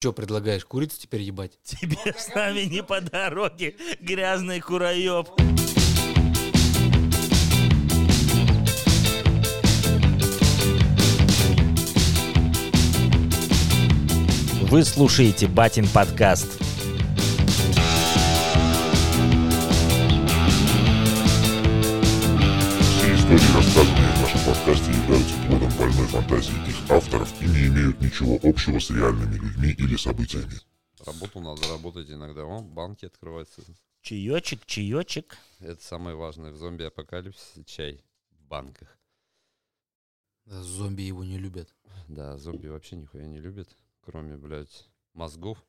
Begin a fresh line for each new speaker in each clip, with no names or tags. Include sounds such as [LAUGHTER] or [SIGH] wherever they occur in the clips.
Что предлагаешь, курицу теперь ебать?
Тебе с нами не по дороге, грязный кураёб. Вы слушаете Батин подкаст.
Все истории, рассказанные в нашем подкасте, являются плодом больной фантазии их авторов и не имеют ничего общего с реальными людьми или событиями.
Работу надо заработать иногда. О, банки открываются.
Чаечек, чаечек.
Это самое важное в зомби-апокалипсисе. Чай в банках.
Да, Зомби его не любят.
Да, зомби вообще нихуя не любят, кроме, блядь, мозгов,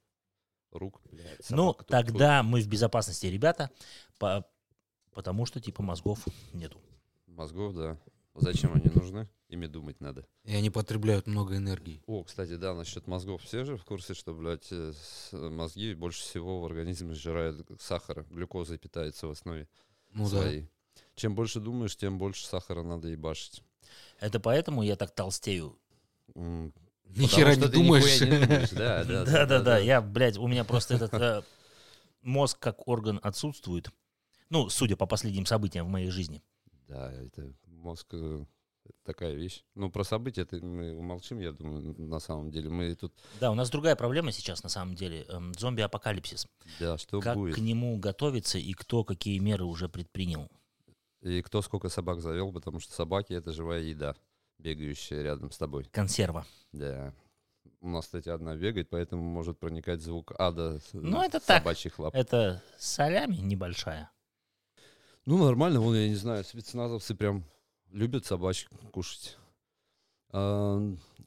рук, блядь.
Ну,
собак, тупых.
тогда мы в безопасности, ребята, по- потому что типа мозгов нету.
Мозгов, да. Зачем они нужны? Ими думать надо.
И они потребляют много энергии.
О, кстати, да, насчет мозгов. Все же в курсе, что, блядь, э, с- мозги больше всего в организме сжирают сахара. Глюкозой питаются в основе
Ну
своей. Чем больше думаешь, тем больше сахара надо ебашить.
Это поэтому я так толстею.
М,
да. Ни
потому
хера
что
не
ты нихуя
думаешь.
не думаешь. Да, да,
Да, да, да. Я, блядь, у меня просто этот э, мозг как орган отсутствует. Ну, судя по последним событиям в моей жизни.
Да, это мозг э, такая вещь. Ну, про события это мы умолчим, я думаю, на самом деле. Мы тут,
Да, у нас другая проблема сейчас, на самом деле. эм, зомби-апокалипсис.
да, что
Как
будет.
к нему готовиться и кто какие меры уже предпринял.
И кто сколько собак завел, потому что собаки — это живая еда, бегающая рядом с тобой.
Консерва.
Да. У нас, кстати, одна бегает, поэтому может проникать звук ада с- э,
Ну,
с
это так.
собачьих лап.
Это солями небольшая.
Ну, нормально, вон, я не знаю, спецназовцы прям любят собачек кушать. А,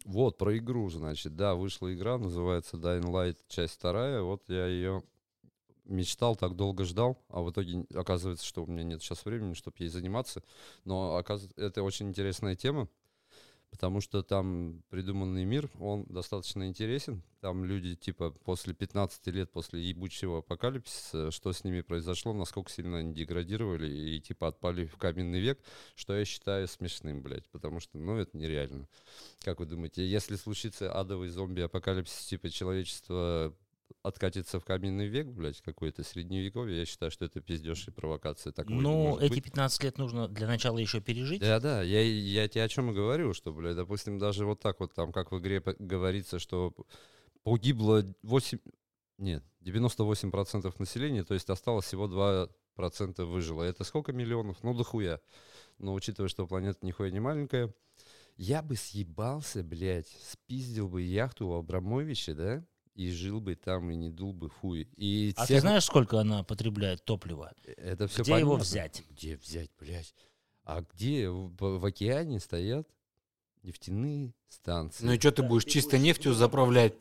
вот, про игру, значит, да, вышла игра, называется Dying Light, часть вторая, вот я ее мечтал, так долго ждал, а в итоге н- оказывается, что у меня нет сейчас времени, чтобы ей заниматься, но оказывается, это очень интересная тема, потому что там придуманный мир, он достаточно интересен, там люди, типа, после 15 лет, после ебучего апокалипсиса, что с ними произошло, насколько сильно они деградировали и, типа, отпали в каменный век, что я считаю смешным, блядь, потому что, ну, это нереально. Как вы думаете, если случится адовый зомби-апокалипсис, типа, человечество откатится в каменный век, блядь, какое-то средневековье, я считаю, что это пиздеж и провокация. Такого не
ну,
может
эти
быть.
15 лет нужно для начала еще пережить.
Да, да, я, я тебе о чем и говорю, что, блядь, допустим, даже вот так вот там, как в игре по- говорится, что погибло 8, нет, 98% населения, то есть осталось всего 2% выжило. Это сколько миллионов? Ну, дохуя. Но учитывая, что планета нихуя не маленькая, я бы съебался, блядь, спиздил бы яхту у Абрамовича, да, и жил бы там, и не дул бы хуй. И
А
всех-
ты знаешь, сколько она потребляет топлива?
это все
Где его взять?
где взять, блядь? А где в, б- в океане стоят нефтяные станции?
Ну и что ты будешь чисто нефтью заправлять?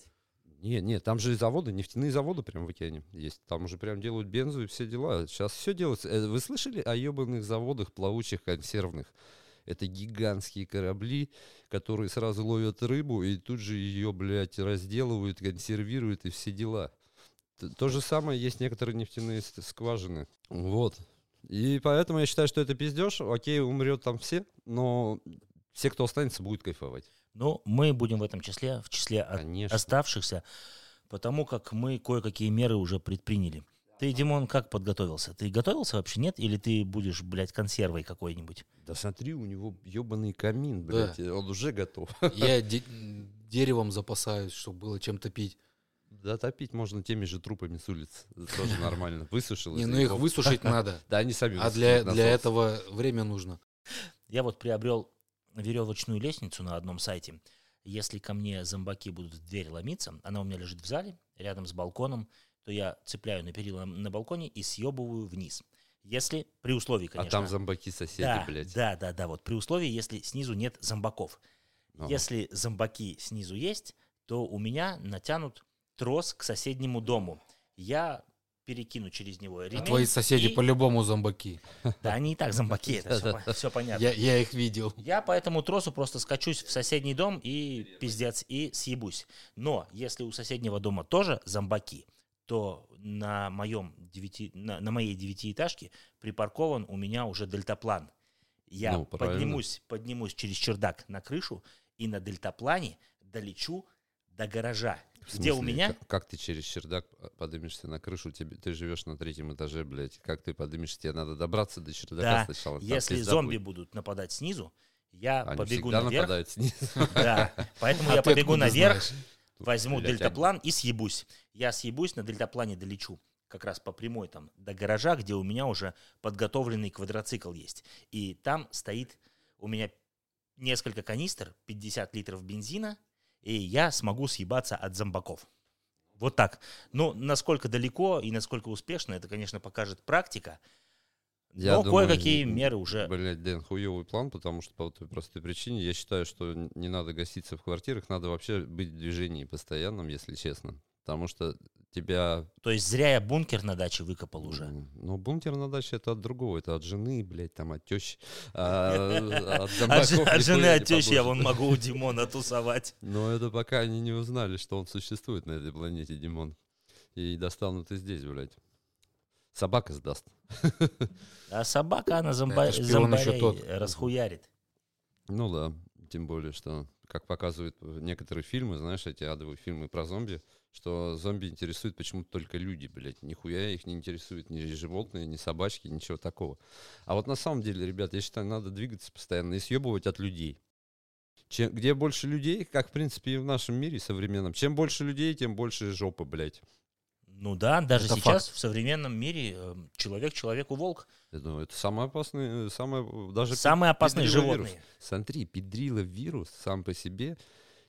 Не, не, там же заводы, нефтяные заводы прям в океане есть. Там уже прям делают бензу и все дела. Сейчас все делается. Э, Вы слышали о ебаных заводах плавучих консервных? Это гигантские корабли, которые сразу ловят рыбу и тут же ее, блядь, разделывают, консервируют и все дела. Т- То же самое есть некоторые нефтяные ст- скважины. Вот. И поэтому я считаю, что это пиздеж. Окей, умрет там все, но все, кто останется, будут кайфовать.
Ну, мы будем в этом числе, в числе от-
Конечно.
оставшихся, потому как мы кое-какие меры уже предприняли. Ты, Димон, как подготовился? Ты готовился вообще, нет? Или ты будешь, блядь, консервой какой-нибудь?
Да смотри, у него ебаный камин,
Да.
блядь, и он уже готов. [LAUGHS]
Я де- деревом запасаюсь, чтобы было чем топить.
Да топить можно теми же трупами с улиц.
[LAUGHS]
Это тоже нормально. Высушил.
Не,
из
ну их
льдов.
высушить
[LAUGHS]
надо.
Да, они сами
А для,
высушат на
для
соус.
этого время нужно.
Я вот приобрел веревочную лестницу на одном сайте. Если ко мне зомбаки будут в дверь ломиться, она у меня лежит в зале, рядом с балконом, то я цепляю на перила на балконе и съебываю вниз. Если при условии,
А
конечно.
там зомбаки соседи,
да,
блядь.
да, да, да. Вот при условии, если снизу нет зомбаков.
Ну,
Если зомбаки снизу есть, то у меня натянут трос к соседнему дому. Я перекину через него
А
ремень.
твои соседи
и-
по-любому зомбаки.
Да они и
[LAUGHS]
так зомбаки, это все понятно.
Я, я их видел.
Я по этому тросу просто скачусь в соседний дом и пиздец, и съебусь. Но если у соседнего дома тоже зомбаки, то на, моем девяти, на, на моей девятиэтажке припаркован у меня уже дельтаплан. Я
Ну, правильно.
поднимусь, поднимусь через чердак на крышу и на дельтаплане долечу до гаража.
В
Где у
смысле,
меня?
ка- Как, ты через чердак подымешься на крышу? Тебе, ты живешь на третьем этаже, блядь. Как ты подымешься? Тебе надо добраться до чердака
Да,
сначала. там
Если
пизда
зомби
будет.
будут нападать снизу, я
Они
побегу
всегда
наверх.
нападают снизу.
Да,
[LAUGHS]
поэтому
А
я
ты
побегу
откуда
наверх,
знаешь?
возьму
Блядь,
дельтаплан и съебусь. Я съебусь, на дельтаплане долечу как раз по прямой там до гаража, где у меня уже подготовленный квадроцикл есть. И там стоит у меня несколько канистр, 50 литров бензина, и я смогу съебаться от зомбаков. Вот так. Ну, насколько далеко и насколько успешно, это, конечно, покажет практика.
Я
но
думаю,
кое-какие
м,
меры уже...
Блядь, Дэн, хуевый план, потому что по той простой причине я считаю, что н- не надо гаситься в квартирах, надо вообще быть в движении постоянном, если честно. Потому что тебя...
То есть зря я бункер на даче выкопал уже.
м, Ну, бункер на даче это от другого, это от жены, блядь, там, от тещи.
[LAUGHS]
а, От
От
зомбаков
жен- от
нихуя
жены,
не
от тещи я
поблажешь.
вон могу у Димона тусовать.
Но это пока они не узнали, что он существует на этой планете, Димон. И достанут и здесь, блядь. Собака сдаст.
А собака, она зомба...
Это шпион еще
зомбарей
тот.
расхуярит.
Ну да, тем более, что, как показывают некоторые фильмы, знаешь, эти адовые фильмы про зомби, что зомби интересуют почему-то только люди, блядь. Нихуя их не интересуют ни животные, ни собачки, ничего такого. А вот на самом деле, ребят, я считаю, надо двигаться постоянно и съебывать от людей. Чем, где больше людей, как, в принципе, и в нашем мире современном, чем больше людей, тем больше жопы, блядь.
Ну да, даже
Это
сейчас в современном мире э, человек человеку волк.
Я думаю, это самое опасное, самое, э, даже
Самые опасные
педриловирус.
животные. Ну,
Смотри, педрила вирус сам по себе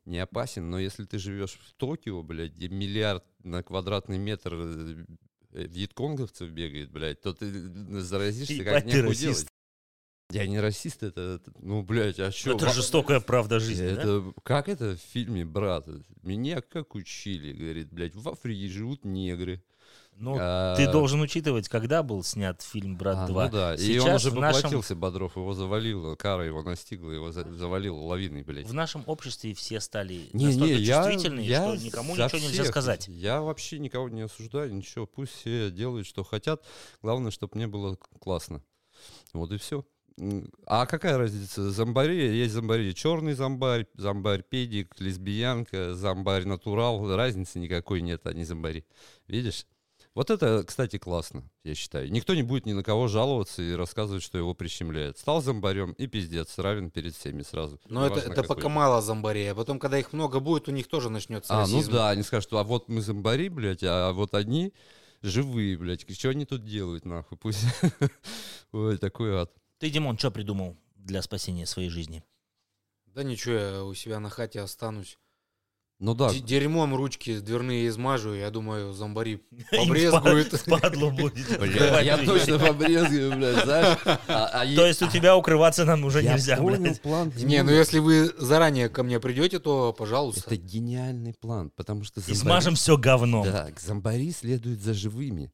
не опасен, но если ты живешь в Токио, блядь, где миллиард на квадратный метр э, э, вьетконговцев бегает, блядь, то ты э, заразишься,
Ебать,
как
ты
некуда
расист.
делать. Я не расист, это, это- ну, блядь, а что?
Это жестокая правда жизни, да?
это, Как это в фильме, брат? Меня как учили, говорит, блядь, в Африке живут негры.
Ну,
А,
ты должен учитывать, когда был снят фильм
а,
«Брат
ну
2».
да, и
Сейчас
он уже
в нашем-
поплатился, Бодров, его завалило, кара его настигла, его за- завалило лавиной, блядь.
В нашем обществе все стали
Не,
настолько
не, я,
чувствительные,
я
что никому
за
ничего нельзя
всех.
сказать.
Я вообще никого не осуждаю, ничего. Пусть все делают, что хотят. Главное, чтобы мне было к- классно. Вот и все. А какая разница? Зомбари, есть зомбари. Черный зомбарь, зомбарь педик, лесбиянка, зомбарь натурал. Разницы никакой нет, они зомбари. Видишь? Вот это, кстати, классно, я считаю. Никто не будет ни на кого жаловаться и рассказывать, что его прищемляет. Стал зомбарем и пиздец, равен перед всеми сразу.
Но это,
Неважно,
это
какой.
пока мало зомбарей, а потом, когда их много будет, у них тоже начнется
А, ну
расизм.
да, они скажут, что а вот мы зомбари, блядь, а вот одни живые, блядь, что они тут делают, нахуй, пусть. [LAUGHS] Ой, такой ад.
Ты, Димон, что придумал для спасения своей жизни? [LAUGHS]
Да ничего, я у себя на хате останусь.
Ну да,
Д- Дерьмом ручки дверные измажу, я думаю, зомбари
Им
побрезгуют.
впад- Впадлу будет.
бля,
открывать
я
дверь.
точно побрезгую, блядь, знаешь. А- а е-
То есть у тебя укрываться нам уже
Я
нельзя,
понял
блядь.
план.
Не, ну если вы заранее ко мне придете, то пожалуйста.
Это гениальный план, потому что
И
зомбари...
смажем все говном.
Да, к зомбари следует за живыми.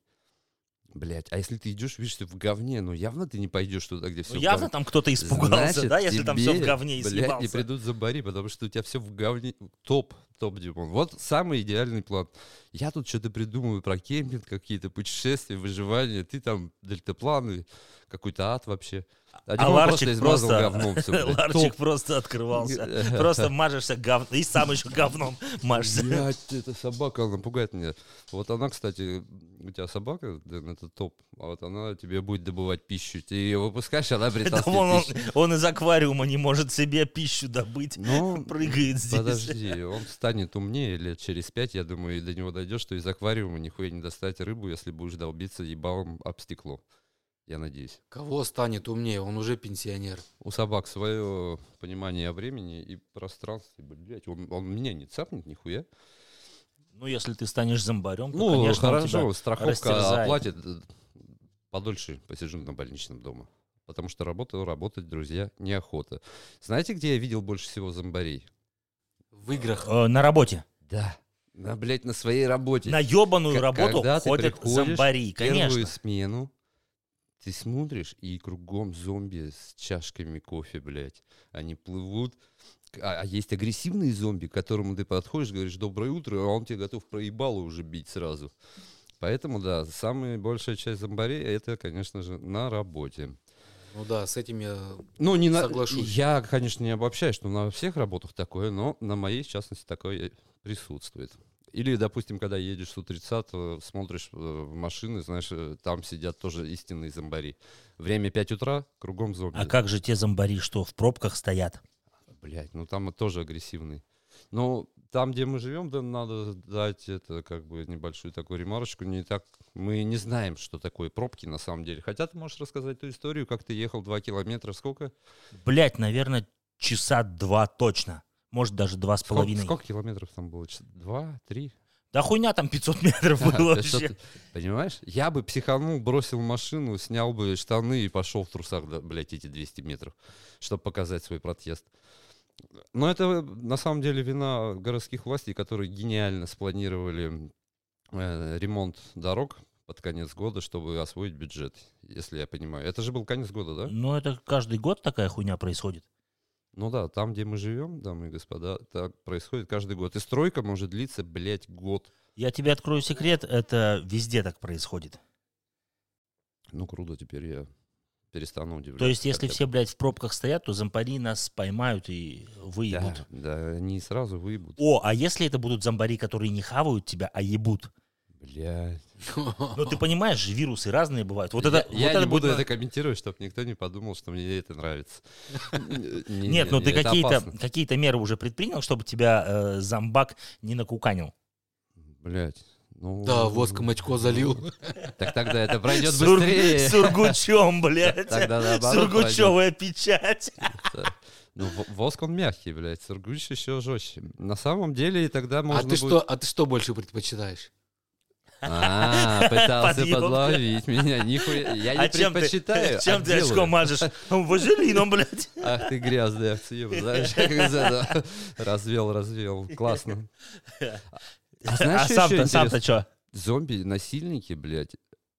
Блять, а если ты идешь, видишь, ты в говне, ну явно ты не пойдешь туда, где все
Ну, явно там кто-то испугался,
Значит,
да, если там все в
тебе,
говне и
блядь,
съебался.
не придут зомбари, потому что у тебя все в говне. Топ, топ, Димон. Вот самый идеальный план. Я тут что-то придумываю про кемпинг, какие-то путешествия, выживание. Ты там дельтапланы, какой-то ад вообще. А, Димон
Ларчик
просто измазал
просто-
говном всё, блядь.
Ларчик
Топ.
просто открывался.
[LAUGHS]
Просто мажешься говном. И сам еще говном [LAUGHS] мажешься.
Блядь, эта собака, она пугает меня. Вот она, кстати, у тебя собака, Дэн, это топ. А вот она тебе будет добывать пищу. Ты ее выпускаешь, она
Да
притаскивает
вон он,
пищу.
он из аквариума не может себе пищу добыть. [LAUGHS]
Ну,
Прыгает здесь.
Подожди, он станет умнее лет через пять, я думаю, и до него дойдет, что из аквариума нихуя не достать рыбу, если будешь долбиться ебалом об стекло. Я надеюсь.
Кого станет умнее, он уже пенсионер.
У собак свое понимание о времени и пространстве, блядь, он, он меня не цапнет нихуя.
Ну, если ты станешь зомбарем, то,
Ну,
конечно, он тебя
хорошо, страховка
растерзает.
оплатит. э, Подольше посижу на больничном дома. Потому что работаю, работать, друзья, неохота. Знаете, где я видел больше всего зомбарей?
В
А.
играх.
Э, на работе.
Да. На, блядь, на своей работе.
На ебаную
К-
работу
когда ты
ходят
приходишь,
зомбари,
Первую
конечно.
смену ты смотришь, и кругом зомби с чашками кофе, блядь. Они плывут. К- А, а есть агрессивные зомби, к которому ты подходишь, говоришь «доброе утро», а он тебе готов проебало уже бить сразу. Поэтому, да, самая большая часть зомбарей — это, конечно же, на работе.
Ну да, с этим я...
Ну, не на...
Соглашусь.
Я, конечно, не обобщаю, что на всех работах такое, но на моей, в частности, такое присутствует. Или, допустим, когда едешь с 130 смотришь э, в машины, знаешь, э, там сидят тоже истинные зомбари. Время 5 утра, кругом зомби.
А как же те зомбари, что в пробках стоят?
Блять, ну там тоже агрессивный. Но там, где мы живем, да, надо дать это как бы небольшую такую ремарочку. Не так мы не знаем, что такое пробки на самом деле. Хотя ты можешь рассказать ту историю, как ты ехал 2 километра, сколько?
Блять, наверное, часа два точно. Может, даже два с
Сколько,
половиной.
сколько километров там было? Ч- Два, три?
Да хуйня там 500 метров
Да,
[LAUGHS] было
то есть
вообще.
что ты- Понимаешь? Я бы психанул, бросил машину, снял бы штаны и пошел в трусах, да, блядь, эти 200 метров, чтобы показать свой протест. Но это на самом деле вина городских властей, которые гениально спланировали э, ремонт дорог под конец года, чтобы освоить бюджет, если я понимаю. Это же был конец года, да?
Ну, это каждый год такая хуйня происходит.
Ну да, там, где мы живем, дамы и господа, так происходит каждый год. И стройка может длиться, блядь, год.
Я тебе открою секрет, это везде так происходит.
Ну круто, теперь я перестану удивляться.
То есть, если
хотя бы.
все, блядь, в пробках стоят, то зомбари нас поймают и выебут.
Да, да, они сразу выебут.
О, а если это будут зомбари, которые не хавают тебя, а ебут?
Блядь.
Ну, [LAUGHS] ты понимаешь, же вирусы разные бывают. Вот
я,
это...
я
вот
не
это
буду
будет-
это комментировать, чтобы никто не подумал, что мне это нравится.
Нет, ну ты какие-то
какие-то...
какие-то меры уже предпринял, чтобы тебя э, зомбак не накуканил.
Блядь. Ну,
[LAUGHS] Да, воском очко залил.
Так тогда это пройдет
Сург-
быстрее.
[LAUGHS] Сургучом, блядь.
Тогда наоборот пройдет.
Сургучевая печать.
Ну, в- воск он мягкий, блядь, сургуч еще жестче. На самом деле и тогда
А
можно
ты
будет-
что, а ты что больше предпочитаешь?
А, пытался
Подъёбка.
подловить меня. Нихуя. Я не
А чем ты,
предпочитаю, а
чем ты
делаю.
очко
[LAUGHS]
мажешь? Вазелином, блядь.
Ах ты грязный овцеёб, знаешь, как из этого. Развел, развел. Классно. А знаешь,
А
что
сам-то,
ещё
сам-то
интересно?
что?
Зомби, насильники, блядь.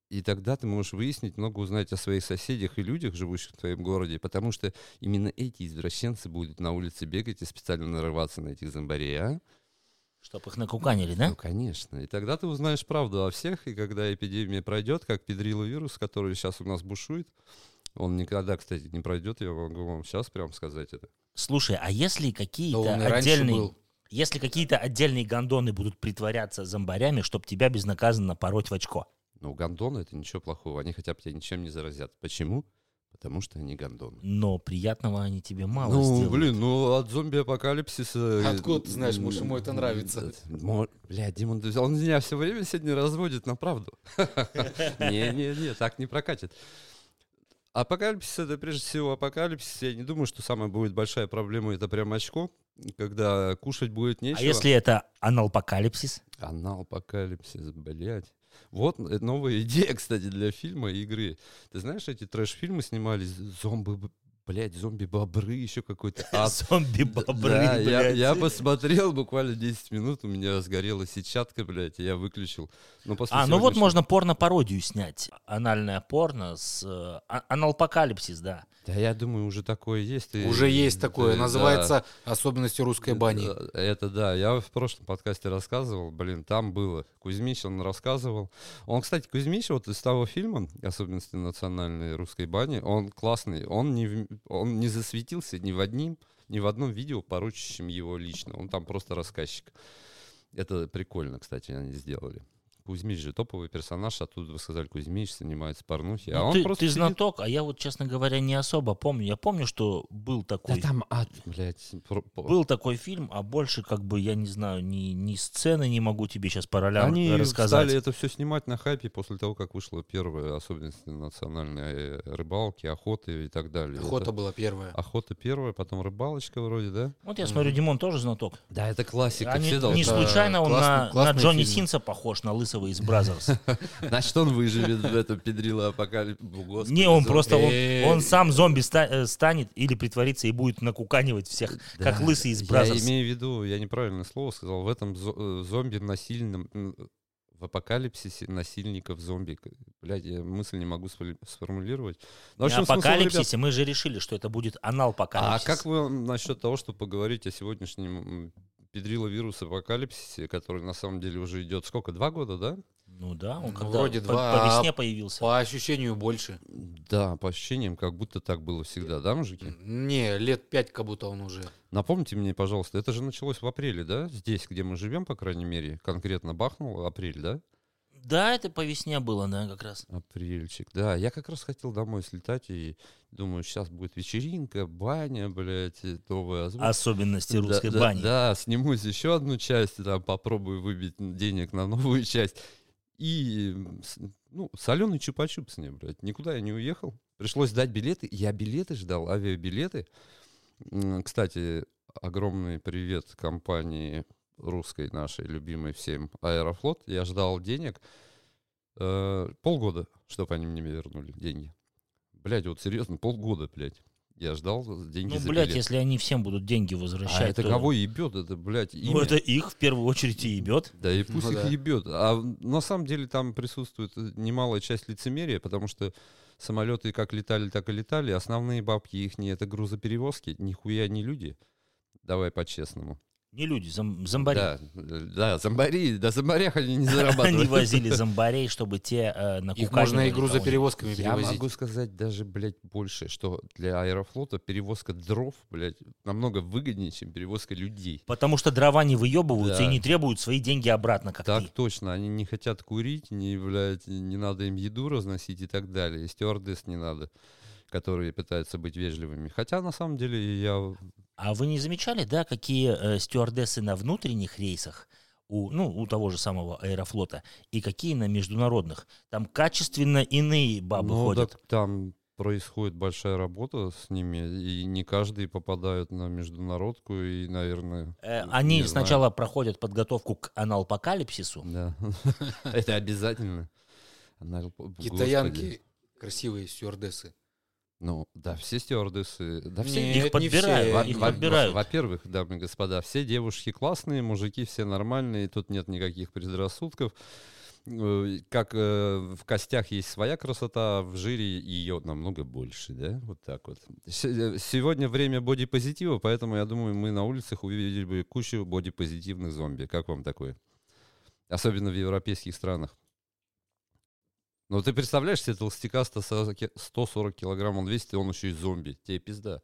И тогда ты можешь выяснить, много узнать о своих соседях и людях, живущих в твоем городе, потому что именно эти извращенцы будут на улице бегать и специально нарываться на этих зомбарей, а?
Чтоб их накуканили, да?
Ну, конечно. И тогда ты узнаешь правду о всех, и когда эпидемия пройдет, как педриловирус, который сейчас у нас бушует, он никогда, кстати, не пройдет, я могу вам сейчас прям сказать это.
Слушай, а если
Да
какие-то
он и раньше
отдельные...
был.
Если какие-то отдельные гондоны будут притворяться зомбарями, чтобы тебя безнаказанно пороть в очко.
Но Ну, гондоны это ничего плохого, они хотя бы тебя ничем не заразят. Почему? Потому что они гондоны.
Но приятного они тебе мало
ну,
сделают.
блин, ну от зомби-апокалипсиса... э,
Откуда ты знаешь, муж ему это нравится?
Бля, Димон, ты- он меня все время сегодня разводит на правду. [LAUGHS] Не-не-не, так не прокатит. Апокалипсис это прежде всего апокалипсис. Я не думаю, что самая будет большая проблема это прям очко, когда кушать будет
а
нечего.
если это аналпокалипсис?
Канал Апокалипсис, блядь. Вот э, новая [LAUGHS] идея, кстати, для фильма и игры. Ты знаешь, эти трэш-фильмы снимались, зомби, б- блядь, зомби-бобры,
[LAUGHS]
еще какой-то ад.
Зомби-бобры,
А Да, я,
блядь.
я посмотрел буквально 10 минут, у меня сгорела сетчатка, блядь, и я выключил. Но после
А, ну вот
сегодняшнего-
можно порно-пародию снять. Анальное порно с... э, а- аналпокалипсис, да.
Да я думаю, уже такое есть. и-
Уже есть такое,
да.
называется «Особенности русской бани».
Э, Это да, я в прошлом подкасте рассказывал, блин, там было. Кузьмич, он рассказывал. Он, кстати, Кузьмич, вот из того фильма, особенности национальной русской бани, он классный, он не, в- он не засветился ни в одним, ни в одном видео, поручащем его лично. Он там просто рассказчик. Это прикольно, кстати, они сделали. Кузьмич же топовый персонаж, а тут вы сказали, Кузьмич занимается порнухи. а
Ну,
он
ты,
просто
ты
сидит.
знаток, а я вот, честно говоря, не особо помню. Я помню, что был
Да
такой,
там ад, блядь. про- по-
был такой фильм, а больше, как бы, я не знаю, ни, ни сцены не могу тебе сейчас по ролям
Они
рассказать.
стали это все снимать на хайпе после того, как вышла первая особенность национальной э, рыбалки, охоты и так далее.
Охота
Это-
была первая.
Охота первая, потом рыбалочка вроде, да?
Вот я смотрю, Димон тоже знаток.
Да, это классика.
Они-
все
не
должны-
случайно он
классный-
на,
классный
на Джонни
фильм.
Синса похож, на лысого из
[LAUGHS]
Бразерс.
Значит, он выживет в этом педрила апокалипсис.
[LAUGHS] Не, он просто, он,
Э.
он сам зомби ста- э, станет или притворится и будет накуканивать всех, как лысый из
Я
Бразерс.
имею в виду, я неправильное слово сказал, в этом зо- э, зомби насильном... м, В апокалипсисе насильников зомби. К- Блядь, я мысль не могу сфоли- сформулировать. Ну, в
На
общем, смысл, ребят,
апокалипсисе мы же решили, что это будет
А
анал-покалипсис.
как вы насчет того, что поговорить о сегодняшнем педриловирус апокалипсисе, который на самом деле уже идет сколько? Два года, да?
Ну да,
Ну,
он когда
вроде
по,
два,
по
а
весне появился.
По ощущению больше.
Да, по ощущениям, как будто так было всегда, да, мужики?
Не, лет пять как будто он уже.
Напомните мне, пожалуйста, это же началось в апреле, да? Здесь, где мы живем, по крайней мере, конкретно бахнул апрель, да?
Да, это по весне было, да, как раз.
Апрельчик, да. Я как раз хотел домой слетать и думаю, сейчас будет вечеринка, баня, блядь, и новая озвучка.
Особенности
Да,
русской
да,
бани.
Да, сниму еще одну часть, там попробую выбить денег на новую часть. И, м, с- ну, соленый чупа-чупс мне, блядь. Никуда я не уехал. Пришлось сдать билеты. Я билеты ждал, авиабилеты. М, Кстати, огромный привет компании русской нашей, любимой всем, Аэрофлот. Я ждал денег э, полгода, чтобы они мне вернули деньги. Блядь, вот серьезно, полгода, блядь. Я ждал деньги
Ну,
за
блядь,
билет.
если они всем будут деньги возвращать,
А это
то-
кого ебет, это, блядь, имя.
Ну, это их в первую очередь и ебет.
Да и пусть
Ну
их
да.
ебет. А в- на самом деле там присутствует э, немалая часть лицемерия, потому что самолеты как летали, так и летали. Основные бабки их не это грузоперевозки, нихуя не люди. Давай по-честному.
Не люди, зом- зомбари.
Да, э, да, зомбари, да зомбарях они не зарабатывают.
[LAUGHS] Они возили зомбарей, чтобы те э, накуканивали
Их можно и
кого-нибудь.
грузоперевозками
Я
перевозить.
могу сказать даже, блядь, больше, что для аэрофлота перевозка дров, блядь, намного выгоднее, чем перевозка людей.
Потому что дрова не выебываются
Да.
и не требуют свои деньги обратно, как
Так
А ты.
точно, они не хотят курить, не, блядь, не надо им еду разносить и так далее. И стюардесс не надо, которые пытаются быть вежливыми. Хотя, на самом деле, я...
А вы не замечали, да, какие э, стюардессы на внутренних рейсах, у, ну, у того же самого аэрофлота, и какие на международных? Там качественно иные бабы
Ну,
ходят.
так там происходит большая работа с ними, и не каждый попадает на международку, и, наверное...
Э,
не
Они
знаю.
сначала проходят подготовку к аналпокалипсису.
Да. Это обязательно. Она- господи.
Китаянки красивые стюардессы.
Ну, да, все стюардессы, да все
Нет,
их
не
подбирают,
все.
Во-
их
во-
подбирают.
Во-первых, дамы и господа, все девушки классные, мужики все нормальные, тут нет никаких предрассудков. Э, Как э, в костях есть своя красота, а в жире ее намного больше, да? Вот так вот. Се- э, Сегодня время бодипозитива, поэтому я думаю, мы на улицах увидели бы кучу бодипозитивных зомби. Как вам такое? Особенно в европейских странах. Ну, ты представляешь себе толстяка 140 ки- 140 килограмм, он весит, и он еще и зомби. Тебе пизда.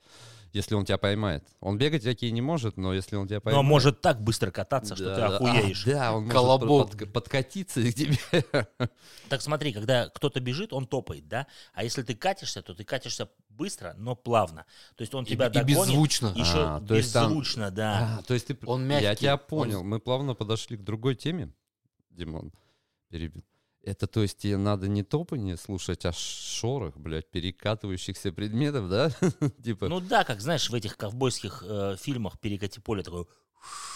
Если он тебя поймает. Он бегать такие не может, но если он тебя
Но
поймает...
может так быстро кататься, что
Да,
ты
да.
охуеешь.
А, да, он
Колобок.
может под- подка- подкатиться и к тебе. [LAUGHS]
Так смотри, когда кто-то бежит, он топает, да? А если ты катишься, то ты катишься быстро, но плавно. То есть он
И,
тебя
и
догонит,
беззвучно.
еще
А, то есть там-
беззвучно, да.
А, то есть ты...
Он мягкий.
Я тебя
он-
понял. Мы плавно подошли к другой теме, Димон. Перебил. Это то есть тебе надо не топание слушать, а шорох, блядь, перекатывающихся предметов, да? [LAUGHS] Типа...
Ну да, как знаешь, в этих ковбойских э, фильмах перекати поле такое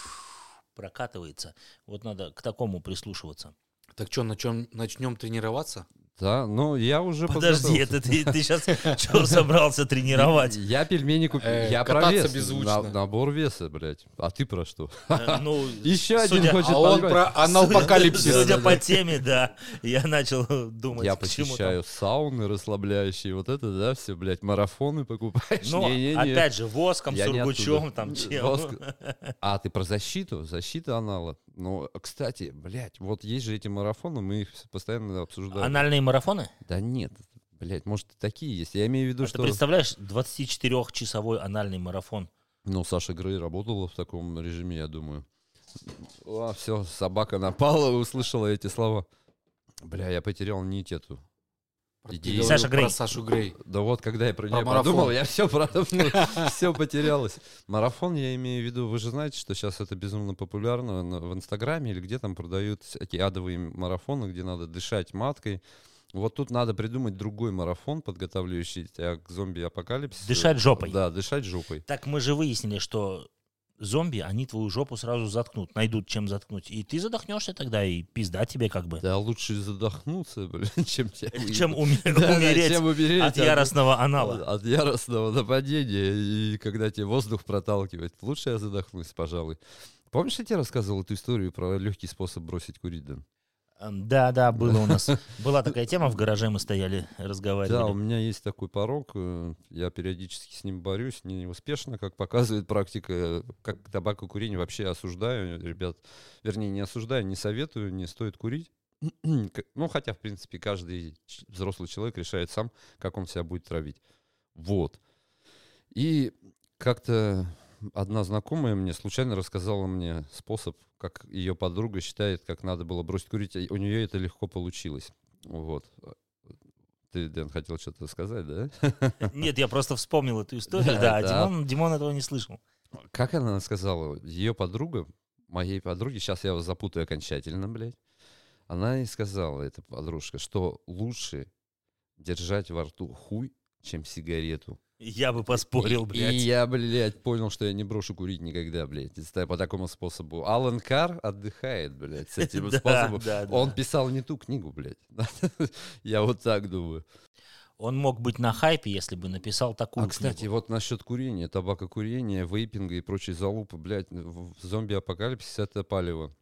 [SNIFFS] прокатывается. Вот надо к такому прислушиваться.
Так что, на чем начнем
[LAUGHS]
тренироваться?
Да, ну я уже
Подожди,
подготовился.
это ты, сейчас что собрался тренировать?
[LAUGHS] Я пельмени купил.
Э,
я про
кататься
вес.
беззвучно.
На- набор веса, блядь. А ты про что?
Э, Ну,
Еще один
судя-
хочет
а он
позвать. [LAUGHS]
про аналпокалипсис.
Судя по теме, да, я начал думать.
Я
к чему там.
посещаю сауны расслабляющие, вот это, да, все, блядь, марафоны покупаешь.
Ну,
Не-не-не.
опять же, воском,
Я не
сургучом,
оттуда.
там чем.
Воск.
[LAUGHS]
А ты про защиту? Защита анала. Ну, кстати, блядь, вот есть же эти марафоны, мы их постоянно обсуждаем.
Анальные марафоны?
Да нет, блядь, может, и такие есть. Я имею в виду,
А
что...
Ты представляешь, 24-часовой анальный марафон.
Ну, Саша Грей работала в таком режиме, я думаю. А, все, собака напала [LAUGHS] и услышала эти слова. Бля, я потерял нить эту.
Ты
Иди.
говорил
Саша Грей.
Про Сашу Грей.
Да вот, когда я про
Про
нее
марафон.
подумал, я все, все потерялось. Марафон, я имею в виду, вы же знаете, что сейчас это безумно популярно на- в Инстаграме или где там продают всякие адовые марафоны, где надо дышать маткой. Вот тут надо придумать другой марафон, подготавливающий тебя к зомби-апокалипсису.
Дышать жопой.
Да, дышать жопой.
Так мы же выяснили, что зомби, они твою жопу сразу заткнут, найдут чем заткнуть. И ты задохнешься тогда, и пизда тебе как бы.
Да лучше задохнуться, блин, [LAUGHS] чем тебя
Чем
выебут.
уме-
Да,
[LAUGHS]
да,
умереть
чем умереть а
от яростного анала.
от яростного нападения, и когда тебе воздух проталкивает. Лучше я задохнусь, пожалуй. Помнишь, я тебе рассказывал эту историю про легкий способ бросить курить, Дэн?
Эм, Да, да, было у
[LAUGHS]
нас. Была такая тема, в гараже мы стояли,
Да, у
разговаривали.
меня есть такой порог, э, я периодически с ним борюсь, не успешно, как показывает практика, э, как табакокурение вообще осуждаю, ребят, вернее, не осуждаю, не советую, не стоит курить, [CLEARS THROAT] к- ну, хотя, в принципе, каждый ч- взрослый человек решает сам, как он себя будет травить. Вот. И как-то одна знакомая мне случайно рассказала мне способ, как ее подруга считает, как надо было бросить курить, а у нее это легко получилось. Вот. Ты, Дэн, хотел что-то сказать, да?
Нет, я просто вспомнил эту историю.
Да,
Да, а
да.
Димон, Димон этого не слышал.
Как она сказала? Ее подруга, моей подруги, сейчас я вас запутаю окончательно, блядь. Она и сказала, эта подружка, что лучше держать во рту хуй, чем сигарету.
Я бы поспорил,
и,
блядь.
И я, блядь, понял, что я не брошу курить никогда, блядь. Это По такому способу. Алан Кар отдыхает, блядь, с
[LAUGHS]
этим
Да,
способом.
да, да.
Он писал не ту книгу, блядь. [LAUGHS] Я вот так думаю.
Он мог быть на хайпе, если бы написал такую
А, кстати,
книгу.
вот насчет курения, табакокурения, вейпинга и прочей залупы, блядь, ну, в в зомби-апокалипсисе это палево.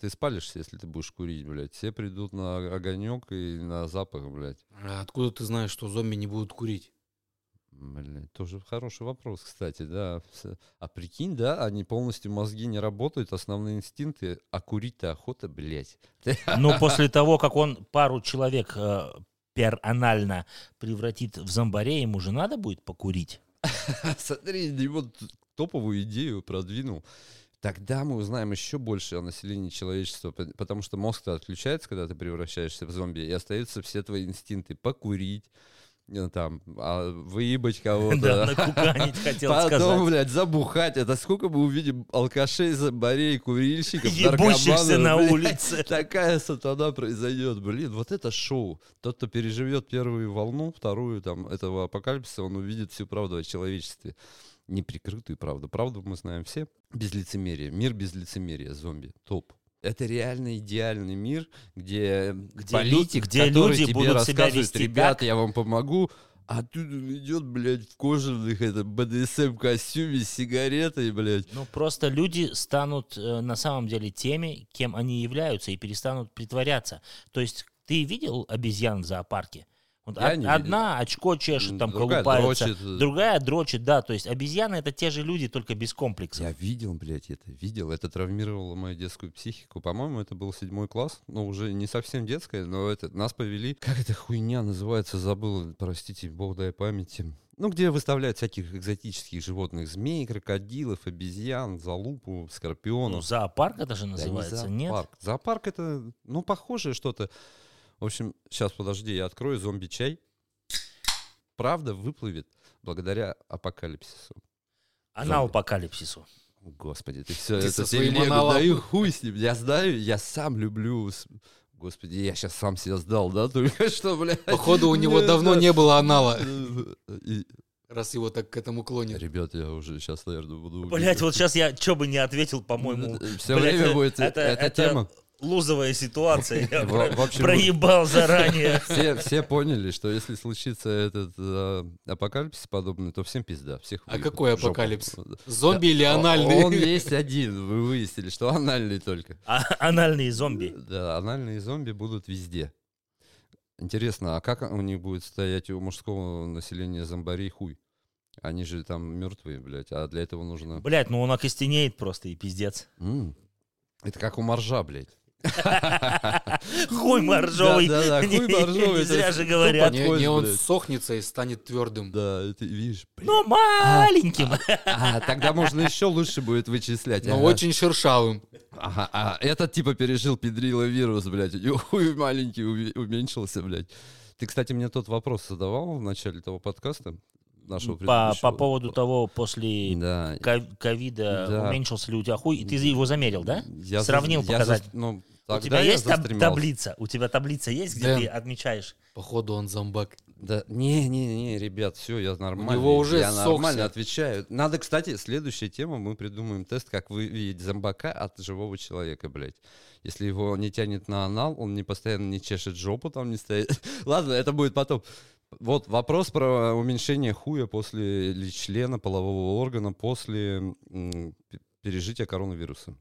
Ты спалишься, если ты будешь курить, блядь. Все придут на огонек и на запах, блядь.
А откуда ты знаешь, что зомби не будут курить?
Блядь, тоже хороший вопрос, кстати, да. С- А прикинь, да, они полностью мозги не работают, основные инстинкты, а курить-то охота, блядь.
[LAUGHS] Но после того, как он пару человек э, перанально превратит в зомбарей, ему же надо будет покурить.
А, Смотри, его т- топовую идею продвинул. Тогда мы узнаем еще больше о населении человечества, пот- потому что мозг-то отключается, когда ты превращаешься в зомби, и остаются все твои инстинкты покурить, э, там, а, выебать
[LAUGHS] Да,
кого-то. [LAUGHS]
накуканить хотел
Потом,
сказать.
блядь, забухать. Это сколько мы увидим алкашей, зомбарей, курильщиков,
Ебущихся
наркоманов,
на
блядь.
улице.
[LAUGHS] Такая сатана произойдет, блин, вот это шоу. Тот, кто переживет первую волну, вторую там этого апокалипсиса, он увидит всю правду о человечестве. Неприкрытую правду. Правду мы знаем все. Без лицемерия. Мир без лицемерия. Зомби. Топ. Это реально идеальный мир, где,
Где
политик,
лю- где
который
люди
тебе
будут себя
рассказывает,
вести
ребят,
так».
я вам помогу, а тут он идет, блядь, в кожаных, это, БДСМ-костюме, с сигаретой, блядь.
Ну, просто люди станут э, на самом деле теми, кем они являются, и перестанут притворяться. То есть ты видел обезьян в зоопарке? Вот
Я
од-
не видел.
одна очко чешет, там
Другая
колупается,
дрочит.
другая дрочит, да. То есть обезьяны — это те же люди, только без комплексов.
Я видел, блядь, это видел. Это травмировало мою детскую психику. По-моему, это был седьмой класс. Ну, уже не совсем детская, но это нас повели. Как эта хуйня называется, забыл, простите, бог дай памяти. Ну, где выставляют всяких экзотических животных. Змей, крокодилов, обезьян, залупу,
Ну,
скорпионов.
зоопарк это же
Да не
Ну, называется, нет?
зоопарк. Зоопарк это, ну, похожее что-то. В общем, сейчас, подожди, я открою зомби-чай. Правда выплывет благодаря апокалипсису.
Она А апокалипсису.
Господи, ты все
Ты со
это тебе
своим
Лего,
аналогом.
да и хуй с ним. Я знаю, я сам люблю. с- Господи, я сейчас сам себя сдал, да, только что, блядь.
Походу, у него
Да,
давно
да.
не было анала,
И-
раз его так к этому клонит.
Ребят, я уже сейчас, наверное, буду...
Блять, вот сейчас я что бы не ответил, по-моему.
Все
блядь,
время
э,
будет э- эта тема.
Лузовая ситуация. Я
Во-
про-
[LAUGHS] в общем, [LAUGHS]
проебал заранее.
Все, все поняли, что если случится этот э, апокалипсис подобный, то всем пизда, всех
А
выебут
какой
в жопу.
апокалипсис? Зомби или
О-
анальный?
а Он есть один, вы выяснили, что анальный только.
А- Анальные зомби.
Да, анальные зомби будут везде. Интересно, а как у них будет стоять у мужского населения зомбарей хуй? Они же там мертвые, блядь, а для этого нужно...
Блять, ну он окостенеет просто и пиздец.
М. Это как у моржа, блядь.
Хуй моржовый.
Да-да-да, хуй
[LAUGHS]
моржовый,
Не зря
это
же
тупо
говорят.
[LAUGHS]
не-
Не,
подходит,
не он
блядь.
сохнется и станет твердым.
Да, и ты видишь. блядь.
Ну, маленьким.
А, тогда можно еще лучше будет вычислять.
Но
Ну,
Ага.
очень шершавым.
Ага, а этот типа пережил педриловирус, блядь. У него хуй маленький уве- уменьшился, блядь. Ты, кстати, мне тот вопрос задавал в начале того подкаста нашего
По
предыдущего.
по поводу того, после
Да.
ков- ковида
Да.
уменьшился ли у тебя хуй, и ты его замерил, да?
Я
Сравнил
зас- я зас-
показатель.
ну,
У
тогда
тебя
я
есть таб-
застремался.
таблица? У тебя таблица есть, где
Да.
ты отмечаешь? [LAUGHS]
Походу, он
[LAUGHS]
зомбак.
Да, не, не, не, ребят, все, я нормально.
него уже
я нормально
ссохся.
отвечаю. Надо, кстати, следующая тема, мы придумаем тест, как выявить зомбака от живого человека, блядь. Если его не тянет на анал, он не постоянно не чешет жопу, там не стоит. [LAUGHS] Ладно, это будет потом. Вот вопрос про уменьшение хуя после или члена полового органа после м, п- пережития коронавируса.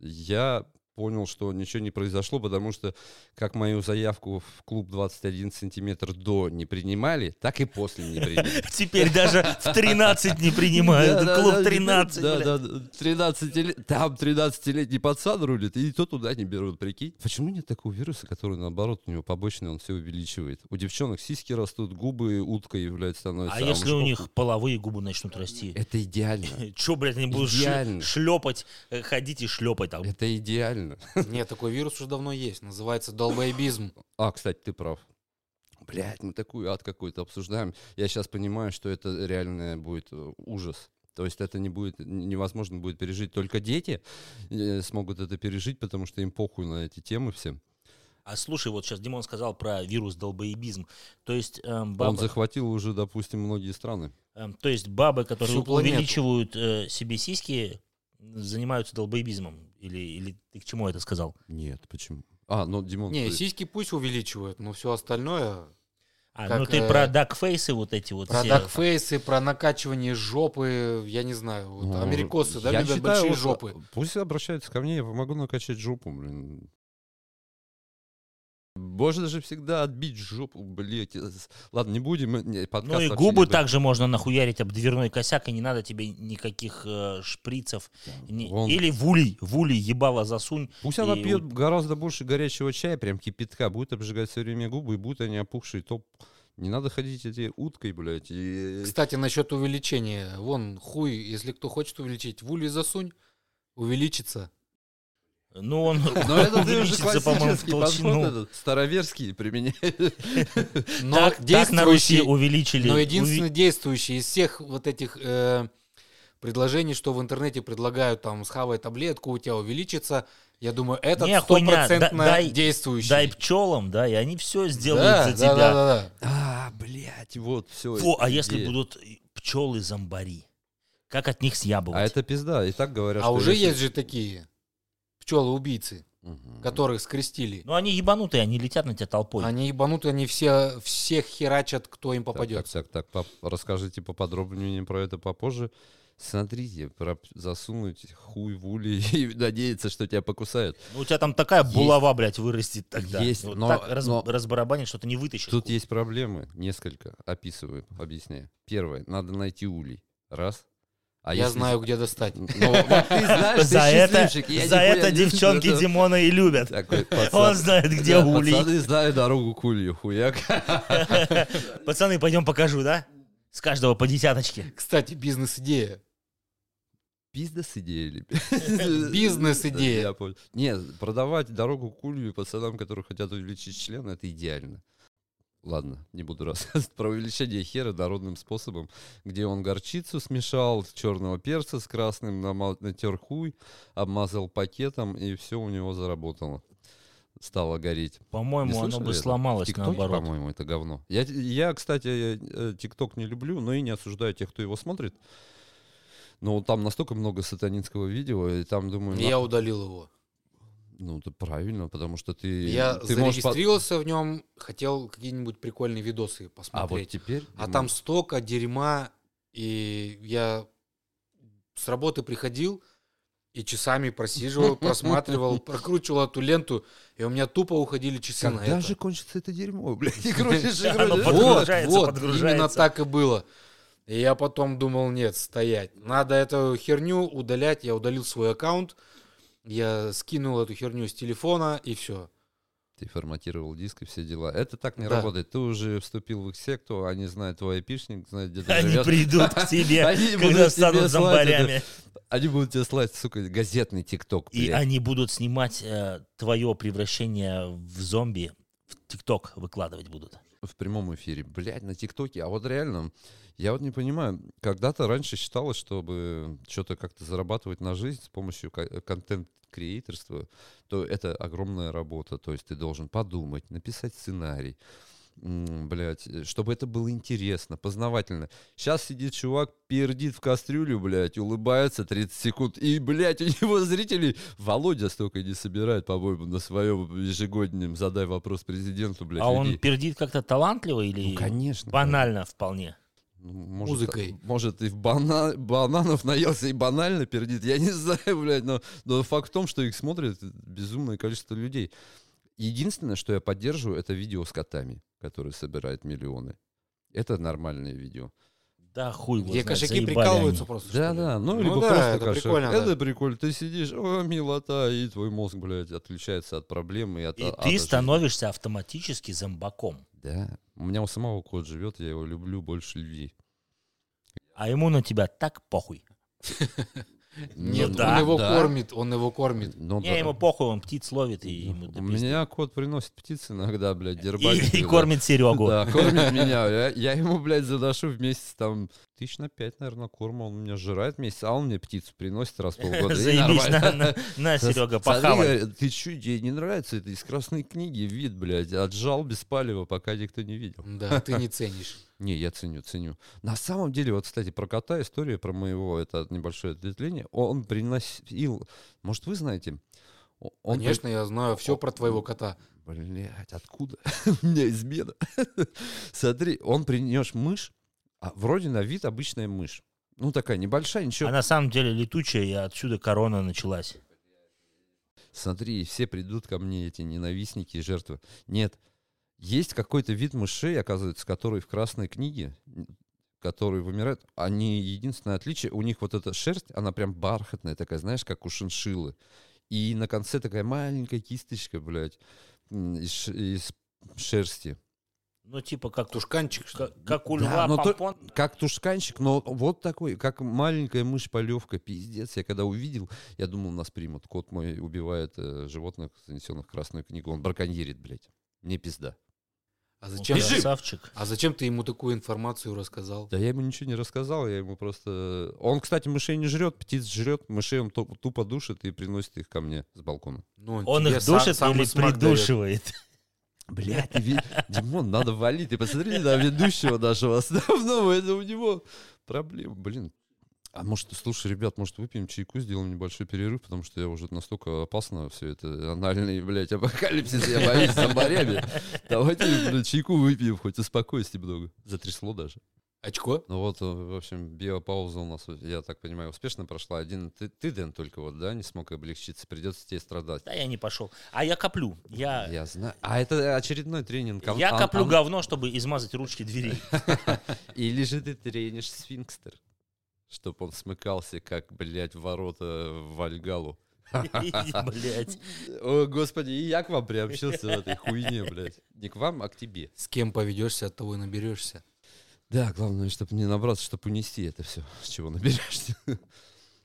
Я понял, что ничего не произошло, потому что как мою заявку в клуб 21 сантиметр до не принимали, так и после
[LAUGHS]
не приняли.
Теперь даже
[LAUGHS]
в 13 не принимают.
Да, да,
Клуб
да,
13.
Да,
блядь.
да, да. 13 Там 13-летний пацан рулит, и то туда не берут, прикинь. Почему нет такого вируса, который, наоборот, у него побочный, он все увеличивает? У девчонок сиськи растут, губы уткой являются, становятся.
А если у
мужиков-
них половые губы начнут расти?
Это
[LAUGHS]
идеально.
Че, блядь, они будут ш-
Идеально.
шлепать, э, ходить и шлепать там?
Это идеально.
Нет, такой вирус уже давно есть. Называется долбоебизм.
А, кстати, ты прав. Блять, мы такую ад какой-то обсуждаем. Я сейчас понимаю, что это реально будет э, ужас. То есть это не будет, н- невозможно будет пережить. Только дети э, смогут это пережить, потому что им похуй на эти темы все.
А слушай, вот сейчас Димон сказал про вирус долбоебизм. То есть эм,
Он
бабы,
захватил уже, допустим, многие страны.
эм, то есть бабы которые
Всю планету.
увеличивают э, себе сиськи, занимаются долбоебизмом. Или, или ты к чему это сказал?
Нет, почему? А, ну, Димон...
Не,
ты-
сиськи пусть увеличивают, но все остальное...
А,
Как,
ну ты
э,
про дакфейсы вот эти вот
Про
все.
дакфейсы, про накачивание жопы, я не знаю. вот
Ну,
америкосы, да,
я
любят
считаю,
большие
а,
вот, э,
жопы.
Пусть обращаются ко мне, я помогу накачать жопу, блин. Можно же всегда отбить жопу, блядь. э, Ладно, не будем. э, не, подкаст
Ну и
вообще
губы
не будет.
также можно нахуярить об дверной косяк, и не надо тебе никаких э, шприцев. Ни-
Он-
Или в улей, в улей ебало засунь.
Пусть она
И
пьет
вот-
гораздо больше горячего чая, прям кипятка, будет обжигать все время губы, и будут они опухшие, топ. Не надо ходить этой уткой, блядь.
э,
и-
Кстати, насчет увеличения. Вон, хуй, если кто хочет увеличить, в улей засунь, увеличится.
Ну
[LAUGHS]
он
Но это ты уже
увеличится, по-моему, в
классический подход
толщину.
этот, староверский применяет.
Но
Так, так на Руси
действующий-
увеличили.
Но
уви-
единственный действующий из всех вот этих э, предложений, что в интернете предлагают, там, схавай таблетку, у тебя увеличится, я думаю, этот
Не, хуйня, да-
стопроцентно
дай-
действующий.
Дай пчелам, да, и они все сделают
Да,
за
да,
тебя.
да, да, да.
А, блядь, вот все.
Фу, а если будут пчелы-зомбари? Как от них съябывать?
А это пизда, и так говорят.
А
что
уже
если-
есть же такие пчелы-убийцы,
Мгм.
которых скрестили.
Ну, они ебанутые, они летят на тебя толпой.
Они ебануты, они все, всех херачат, кто им
Так,
попадет.
Так, так, так, пап, расскажите поподробнее про это попозже. Смотрите, про засунуть хуй в улей [LAUGHS] и надеяться, что тебя покусают.
Ну, у тебя там такая
Есть.
булава, блядь, вырастет тогда.
Есть,
Вот
но-
так раз-
но-
разбарабанишь, что ты не вытащишь.
Тут есть проблемы, несколько, описываю, объясняю. Первое, надо найти улей. Раз. А
я
если- [LAUGHS]
знаю, где достать.
Ну, вот ты знаешь, ты
За это,
счастливчик, я
за
нихуя
это
не-
девчонки
Да.
Димона и любят.
[LAUGHS] Такой,
[LAUGHS] Он
пацан.
знает, где
Да,
улей.
Пацаны знают дорогу к улью, хуяк.
Пацаны, пойдем покажу, да? С каждого по десяточке.
Кстати, бизнес-идея.
Бизнес-идея или...
Бизнес-идея.
Я понял. Не, продавать дорогу к улью пацанам, которые хотят увеличить член, это идеально. Ладно, не буду [LAUGHS] рассказывать про увеличение хера народным способом, где он горчицу смешал, черного перца с красным, намал- натер хуй, обмазал пакетом, и все у него заработало. Стало гореть. Не
По-моему, оно
слышали
бы
это? В
сломалось
ТикТоке,
наоборот.
по-моему, это говно. Я, я кстати, э, ТикТок не люблю, но и не осуждаю тех, кто его смотрит. Но там настолько много сатанинского видео, и там, думаю, на-
Я удалил его.
ну, это правильно, потому что ты...
Я
ты можешь по-
зарегистрировался в нем, хотел какие-нибудь прикольные видосы
А вот
посмотреть.
теперь...
А,
ну,
там столько дерьма, и я с работы приходил и часами
[LAUGHS]
просиживал, просматривал, прокручивал эту ленту, и у меня тупо уходили часы на
Когда
это.
же кончится это дерьмо, [LAUGHS] блядь? И крутишь, и
Оно
крутишь.
Вот,
под- Подгружается,
вот,
подгружается.
именно так и было. И я потом думал, нет, стоять. Надо эту херню удалять. Я удалил свой аккаунт. Я скинул эту херню с телефона, и все.
Ты форматировал диск и все дела. Это так не
Да.
работает. Ты уже вступил в их секту, они знают твой айпишник, знают, где
[LAUGHS]
ты
Они
живешь.
придут
[LAUGHS]
к тебе,
Они
когда станут
будут тебе слать это.
зомбарями.
Они будут тебе слать, сука, газетный ТикТок.
И
блядь.
они будут снимать твое превращение в зомби в ТикТок выкладывать будут.
в прямом эфире, блядь, на ТикТоке. А вот реально, я вот не понимаю, когда-то раньше считалось, чтобы что-то как-то зарабатывать на жизнь с помощью ко- контент-креаторства, то это огромная работа. То есть ты должен подумать, написать сценарий, м, блядь, э, чтобы это было интересно, познавательно. Сейчас сидит чувак, пердит в кастрюлю, блядь, улыбается 30 секунд, и, блядь, у него зрителей Володя столько не собирает, по-моему, на своем ежегоднем «Задай вопрос президенту», блядь,
а он
людей.
пердит как-то талантливо или
Ну, конечно.
банально вполне?
Ну, может,
Музыкой.
а, Может, и в бана- бананов наелся и банально пердит. Я не [LAUGHS] знаю, блядь, но, но факт в том, что их смотрит безумное количество людей. Единственное, что я поддерживаю, это видео с котами, которые собирают миллионы. Это нормальное видео.
Да хуй его
Где
знает,
кошаки
заебали
прикалываются
они.
просто.
Да,
что ли?
да, ну,
Ну
либо
да,
просто
это
кошак.
прикольно,
Это
да.
прикольно. Ты сидишь, о, милота, и твой мозг, блядь, отключается от проблемы и от
И
а- от
ты
жизни.
становишься автоматически зомбаком.
Да. У меня у самого кот живет, я его люблю больше людей.
А ему на тебя так похуй.
Нет, он
да,
его кормит, Ну он его кормит.
Ну
Не,
да.
ему похуй, он птиц ловит и ему до
Ну, У
пизды.
меня кот приносит птиц иногда, блядь,
[LAUGHS] И-
дербанит.
И
его.
кормит Серегу.
Да,
[LAUGHS]
кормит меня. Я, я ему, блядь, заношу в месяц там тысяч на пять, наверное, корма. Он меня жрает месяц, а он мне птицу приносит раз
[LAUGHS]
в полгода. и
Заебись,
нормально. [LAUGHS]
на, на- на, Серега,
Смотри,
похавай.
говорит, Ты что, тебе не нравится это из красной книги вид, блядь, отжал без палева, пока никто не видел.
Да, ты не ценишь.
Не, я ценю, ценю. На самом деле, вот, кстати, про кота история про моего, это небольшое ответвление. Он приносил, может, вы знаете, о- он при-
Конечно, я знаю все про твоего кота.
Блять, откуда? [LAUGHS] У меня измена. [LAUGHS] Смотри, он принес мышь, а вроде на вид обычная мышь. Ну, такая небольшая, ничего.
А на самом деле летучая, и отсюда корона началась.
Смотри, все придут ко мне, эти ненавистники и жертвы. Нет, есть какой-то вид мышей, оказывается, которые в красной книге, н- которые вымирают, они единственное отличие, у них вот эта шерсть, она прям бархатная такая, знаешь, как у шиншиллы. И на конце такая маленькая кисточка, блядь, м, из, ш- из шерсти.
Ну, типа как,
Тушканчик, что ли?
как, как у
Да,
льва
но то-
помпон.
Как тушканчик, но вот такой, как маленькая мышь полевка, пиздец. Я когда увидел, я думал, нас примут. Кот мой убивает э, животных, занесенных в красную книгу. Он браконьерит, блядь. Мне пизда.
А
Он
зачем? ты-
Красавчик.
А зачем ты ему такую информацию рассказал?
Да я ему ничего не рассказал, я ему просто... э, Он, кстати, мышей не жрет, птиц жрет, мышей он ту- тупо душит и приносит их ко мне с балкона.
Ну,
Он
тебе
их
са-
душит
самый
или
смак дает.
придушивает?
Блядь, ты ви- Димон, надо валить. Ты посмотри на ведущего нашего основного, это у него проблемы, блин. А может, слушай, ребят, может, выпьем чайку, сделаем небольшой перерыв, потому что я уже настолько опасно все это, анальный, блядь, апокалипсис, я боюсь с зомбарями. Давайте блядь, чайку выпьем, хоть успокойся немного. Затрясло даже.
Очко?
Ну вот, э, в общем, биопауза у нас, я так понимаю, успешно прошла. Один ты, ты, Дэн, только вот, да, не смог облегчиться. Придется тебе страдать.
Да, я не пошел. А я коплю. Я, я,
Я а, знаю. А это очередной тренинг. ам- ам-
коплю
ам-
говно, чтобы измазать ручки двери. [LAUGHS]
Или же ты тренишь сфинкстер, чтобы он смыкался, как, блядь, ворота в Вальгалу.
Блять.
О, господи, и я к вам приобщился в этой хуйне, блядь. Не к вам, а к тебе.
С кем поведешься, от того и наберешься.
Да, главное, чтобы не набраться, чтобы унести это все, с чего наберешься. [LAUGHS]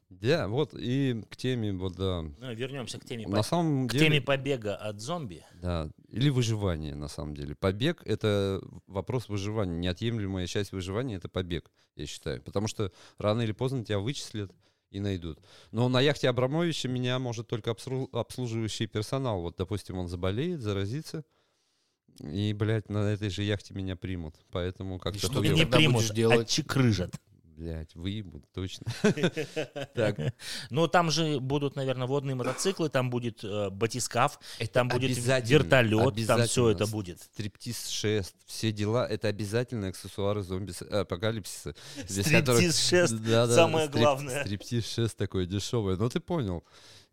Да, вот, и к теме, вот, да.
Ну, Вернемся к теме
На
по-
самом
к теме
деле...
побега от зомби.
Да, или выживание, на самом деле. Побег — это вопрос выживания. Неотъемлемая часть выживания — это побег, я считаю. Потому что рано или поздно тебя вычислят и найдут. Но на яхте Абрамовича меня может только обслу- обслуживающий персонал. Вот, допустим, он заболеет, заразится, и, блядь, на этой же яхте меня примут. Поэтому как-то...
что
И
ты
хуёво.
не
тогда
примут, а
будешь делать?
отчекрыжат.
Блядь, выебут, точно.
[LAUGHS]
[LAUGHS] Так,
Ну, там же будут, наверное, водные мотоциклы, там будет э, батискаф, там будет
обязательно,
вертолет, там все
обязательно.
это будет.
стриптиз шест все дела это обязательно аксессуары зомби с- апокалипсиса Здесь которые-
Стриптиз-шест,
Да-да,
самое
стрип-
главное.
стриптиз шест такой дешевый ну ты понял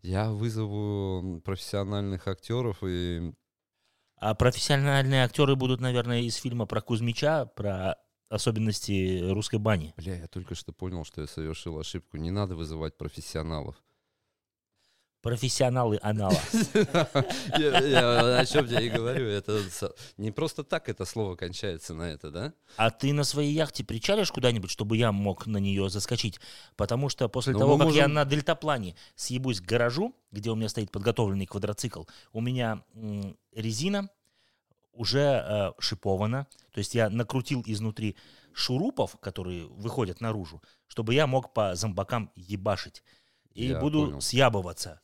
я вызову м, профессиональных актеров и
А профессиональные актеры будут, наверное, из фильма про Кузьмича, про особенности русской бани.
бля я только что понял что я совершил ошибку не надо вызывать профессионалов [LAUGHS]
Профессионалы анала.
Я- я о чем я и говорю это со- не просто так это слово кончается на это да
А ты на своей яхте причалишь куда-нибудь, чтобы я мог на нее заскочить? Потому что после
Ну,
того,
мы
как я
можем-
на дельтаплане съебусь к гаражу, где у меня стоит подготовленный квадроцикл, у меня м, резина уже э, шипована. То есть я накрутил изнутри шурупов, которые выходят наружу, чтобы я мог по зомбакам ебашить. И
Я
буду
понял.
съябываться.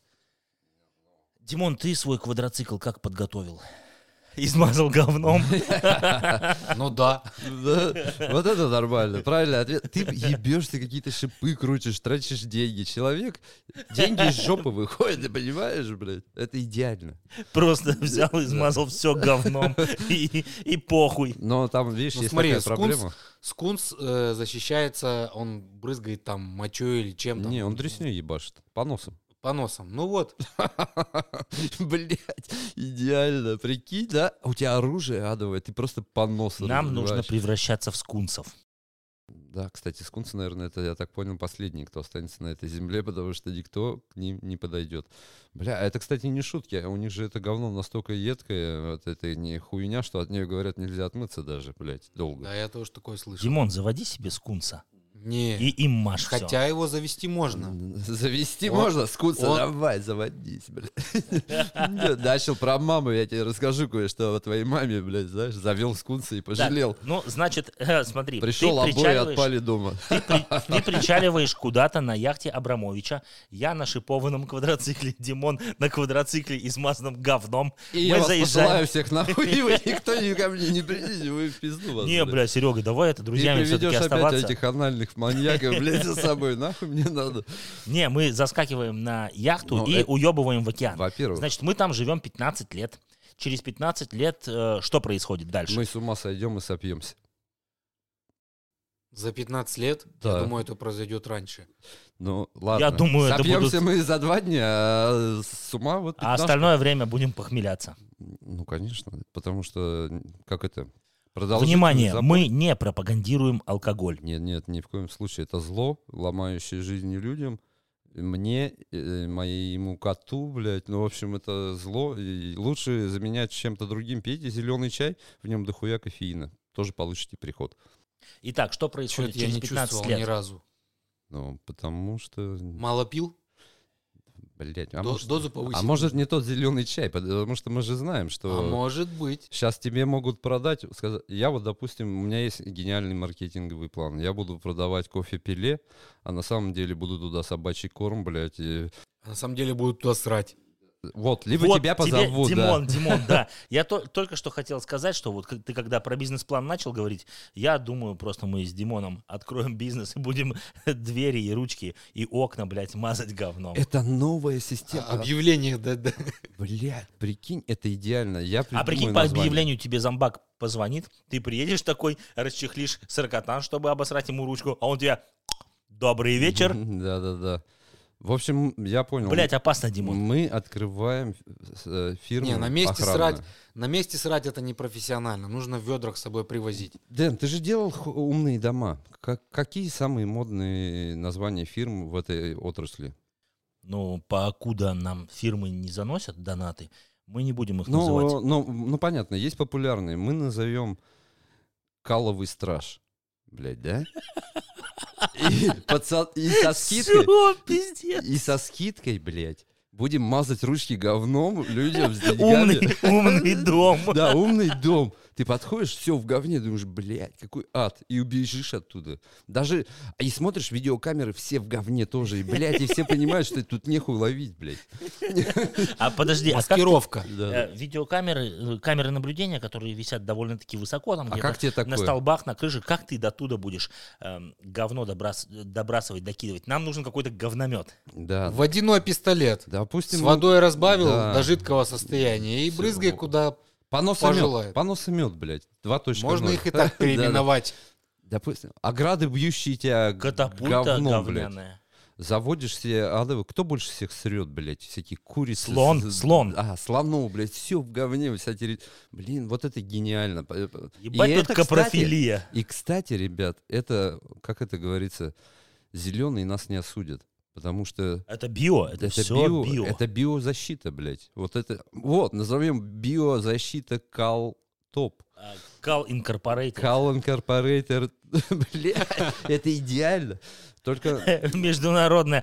Димон, ты свой квадроцикл как подготовил? [LAUGHS] измазал говном.
Ну да.
Да, Вот это нормально. Правильный ответ. Ты ебешь, ты какие-то шипы крутишь, тратишь деньги. Человек, деньги из жопы выходят, ты понимаешь, блядь? Это идеально.
Просто взял, измазал все
[LAUGHS]
говном. И, и похуй.
Но там, видишь,
Ну
есть
смотри,
такая
скунс-
проблема.
Скунс э, защищается, он брызгает там мочой или чем-то.
Не, он дресней ебашит. По носам. [LAUGHS]
По носам. Ну вот.
Блять, идеально. Прикинь, да? А У тебя оружие адовое, ты просто по носу
Нам нужно
разрываешь.
превращаться в скунсов.
Да, кстати, скунсы, наверное, это, я так понял, последний, кто останется на этой земле, [LAUGHS] потому что никто к ним не подойдет. Бля, а это, кстати, не шутки, а у них же это говно настолько едкое, вот это не хуйня, что от нее, говорят, нельзя отмыться даже, блядь, долго.
Да, я тоже такое слышал.
Димон, заводи себе скунса. И
Не.
им маш всё.
Хотя его завести можно.
Завести
Он-
можно, скунса,
он-
давай, заводись, блядь. Не, Начал про маму, я тебе расскажу кое-что о твоей маме, блядь, знаешь, завел скунса и
Так,
пожалел.
Ну, значит, э, смотри. ты
Пришел, обои
причаливаешь-
отпали дома.
ты при-
[LAUGHS]
Ты причаливаешь куда-то на яхте Абрамовича. Я на шипованном квадроцикле. Димон на квадроцикле, измазанном говном.
И
Мы
я вас
заезжаем.
посылаю всех нахуй, и вы никто ни ко мне не придите, вы в пизду вас.
Не,
блядь.
бля, Серега, давай это друзьями
Ты
все-таки
приведешь
оставаться.
опять этих анальных маньяков, блядь, за собой. Нахуй мне
[LAUGHS]
надо.
Не, мы заскакиваем на яхту
Ну,
и
это-
уебываем в океан.
Во-первых,
Значит, мы там живем 15 лет. Через 15 лет э, что происходит дальше?
мы с ума сойдем и сопьемся.
За 15 лет,
Да.
я думаю, это произойдет раньше.
Ну, ладно.
Я думаю, это будут-
Сопьемся мы за два дня, а с ума вот
А
15.
остальное время будем похмеляться.
Ну, конечно, потому что, как это, продолжительный
Внимание,
запор-
мы не пропагандируем алкоголь.
Нет, нет, ни в коем случае. Это зло, ломающее жизни людям. Мне, э, моему коту, блядь, ну, в общем, это зло. И лучше заменять чем-то другим. Пейте зеленый чай, в нем дохуя кофеина. Тоже получите приход.
Итак, что происходит
Чего-то я
через
не
15
чувствовал
лет?
ни разу.
Ну, потому что,
Мало пил,
блядь, а,
до-
может,
дозу
а
повысил.
может э, не тот зеленый чай, потому что мы же знаем, что...
А может быть.
Сейчас тебе могут продать, сказать, я вот, допустим, у меня есть гениальный маркетинговый план. Я буду продавать кофе-пеле, а на самом деле буду туда собачий корм, блядь. и-
А на самом деле будут туда срать.
Вот, либо
Вот тебе,
тебя позовут,
Димон, [LAUGHS]
да.
Димон, да. Я то- только что хотел сказать, что вот к- ты когда про бизнес-план начал говорить, я думаю, просто мы с Димоном откроем бизнес и будем [LAUGHS] двери и ручки и окна, блядь, мазать говном.
Это новая система.
А, Объявление, да, да.
Блядь, прикинь, это идеально. Я
А прикинь,
придумаю
по
название.
объявлению тебе зомбак позвонит, ты приедешь такой, расчехлишь сорокотан, чтобы обосрать ему ручку, а он тебя «Добрый вечер».
Да-да-да. В общем, я понял.
Блять, опасно, а, Димон.
мы открываем э, фирму
Не, на месте
охранную.
срать. На месте срать это непрофессионально. Нужно в ведрах с собой привозить.
Дэн, ты же делал ху- умные дома. Как- какие самые модные названия фирм в этой отрасли?
Ну, покуда нам фирмы не заносят донаты, мы не будем их называть.
Ну, ну, ну, понятно, есть популярные. Мы назовем Каловый страж. Блять, да? И, пацан- и со скидкой,
Всё, пиздец.
и со скидкой, блядь, будем мазать ручки говном людям с деньгами.
Умный, умный дом.
Да, умный дом. Ты подходишь, все в говне, думаешь, блядь, какой ад, и убежишь оттуда. Даже, и смотришь, видеокамеры все в говне тоже, и, блядь, и все понимают, что тут нехуй ловить, блядь.
А подожди, а как
Маскировка.
Да.
э, видеокамеры, э, камеры наблюдения, которые висят довольно-таки высоко, там
А
где-то
как тебе такое?
на столбах, на крыше, как ты до туда будешь эм, говно добрас- добрасывать, докидывать? Нам нужен какой-то говномет.
Да.
Водяной пистолет.
Допустим, ну,
С водой разбавил
да.
до жидкого состояния и
Всё.
брызгай куда.
поносомет,
пожелает.
поносомет, блядь, 2.0.
Можно их и так
[LAUGHS] Да, да.
переименовать.
Допустим, ограды, бьющие тебя
Катапульта
говном, блядь.
говняная.
Заводишь себе адовы. Кто больше всех срет, блядь? Всякие курицы.
Слон,
С-
слон.
А, слонов, блядь, все в говне. Вся терри- Блин, вот это гениально. П- п-
Ебать
и
тут
это, кстати,
капрофилия.
И, кстати, ребят, это, как это говорится, зеленые нас не осудят. Потому что
Это био, это, все био.
это биозащита, блядь. Вот это, вот, назовем биозащита Кал Топ.
А, Кал Инкорпорейтед.
[LAUGHS] Кал Инкорпорейтер, блядь, это идеально. Только
[LAUGHS] Международная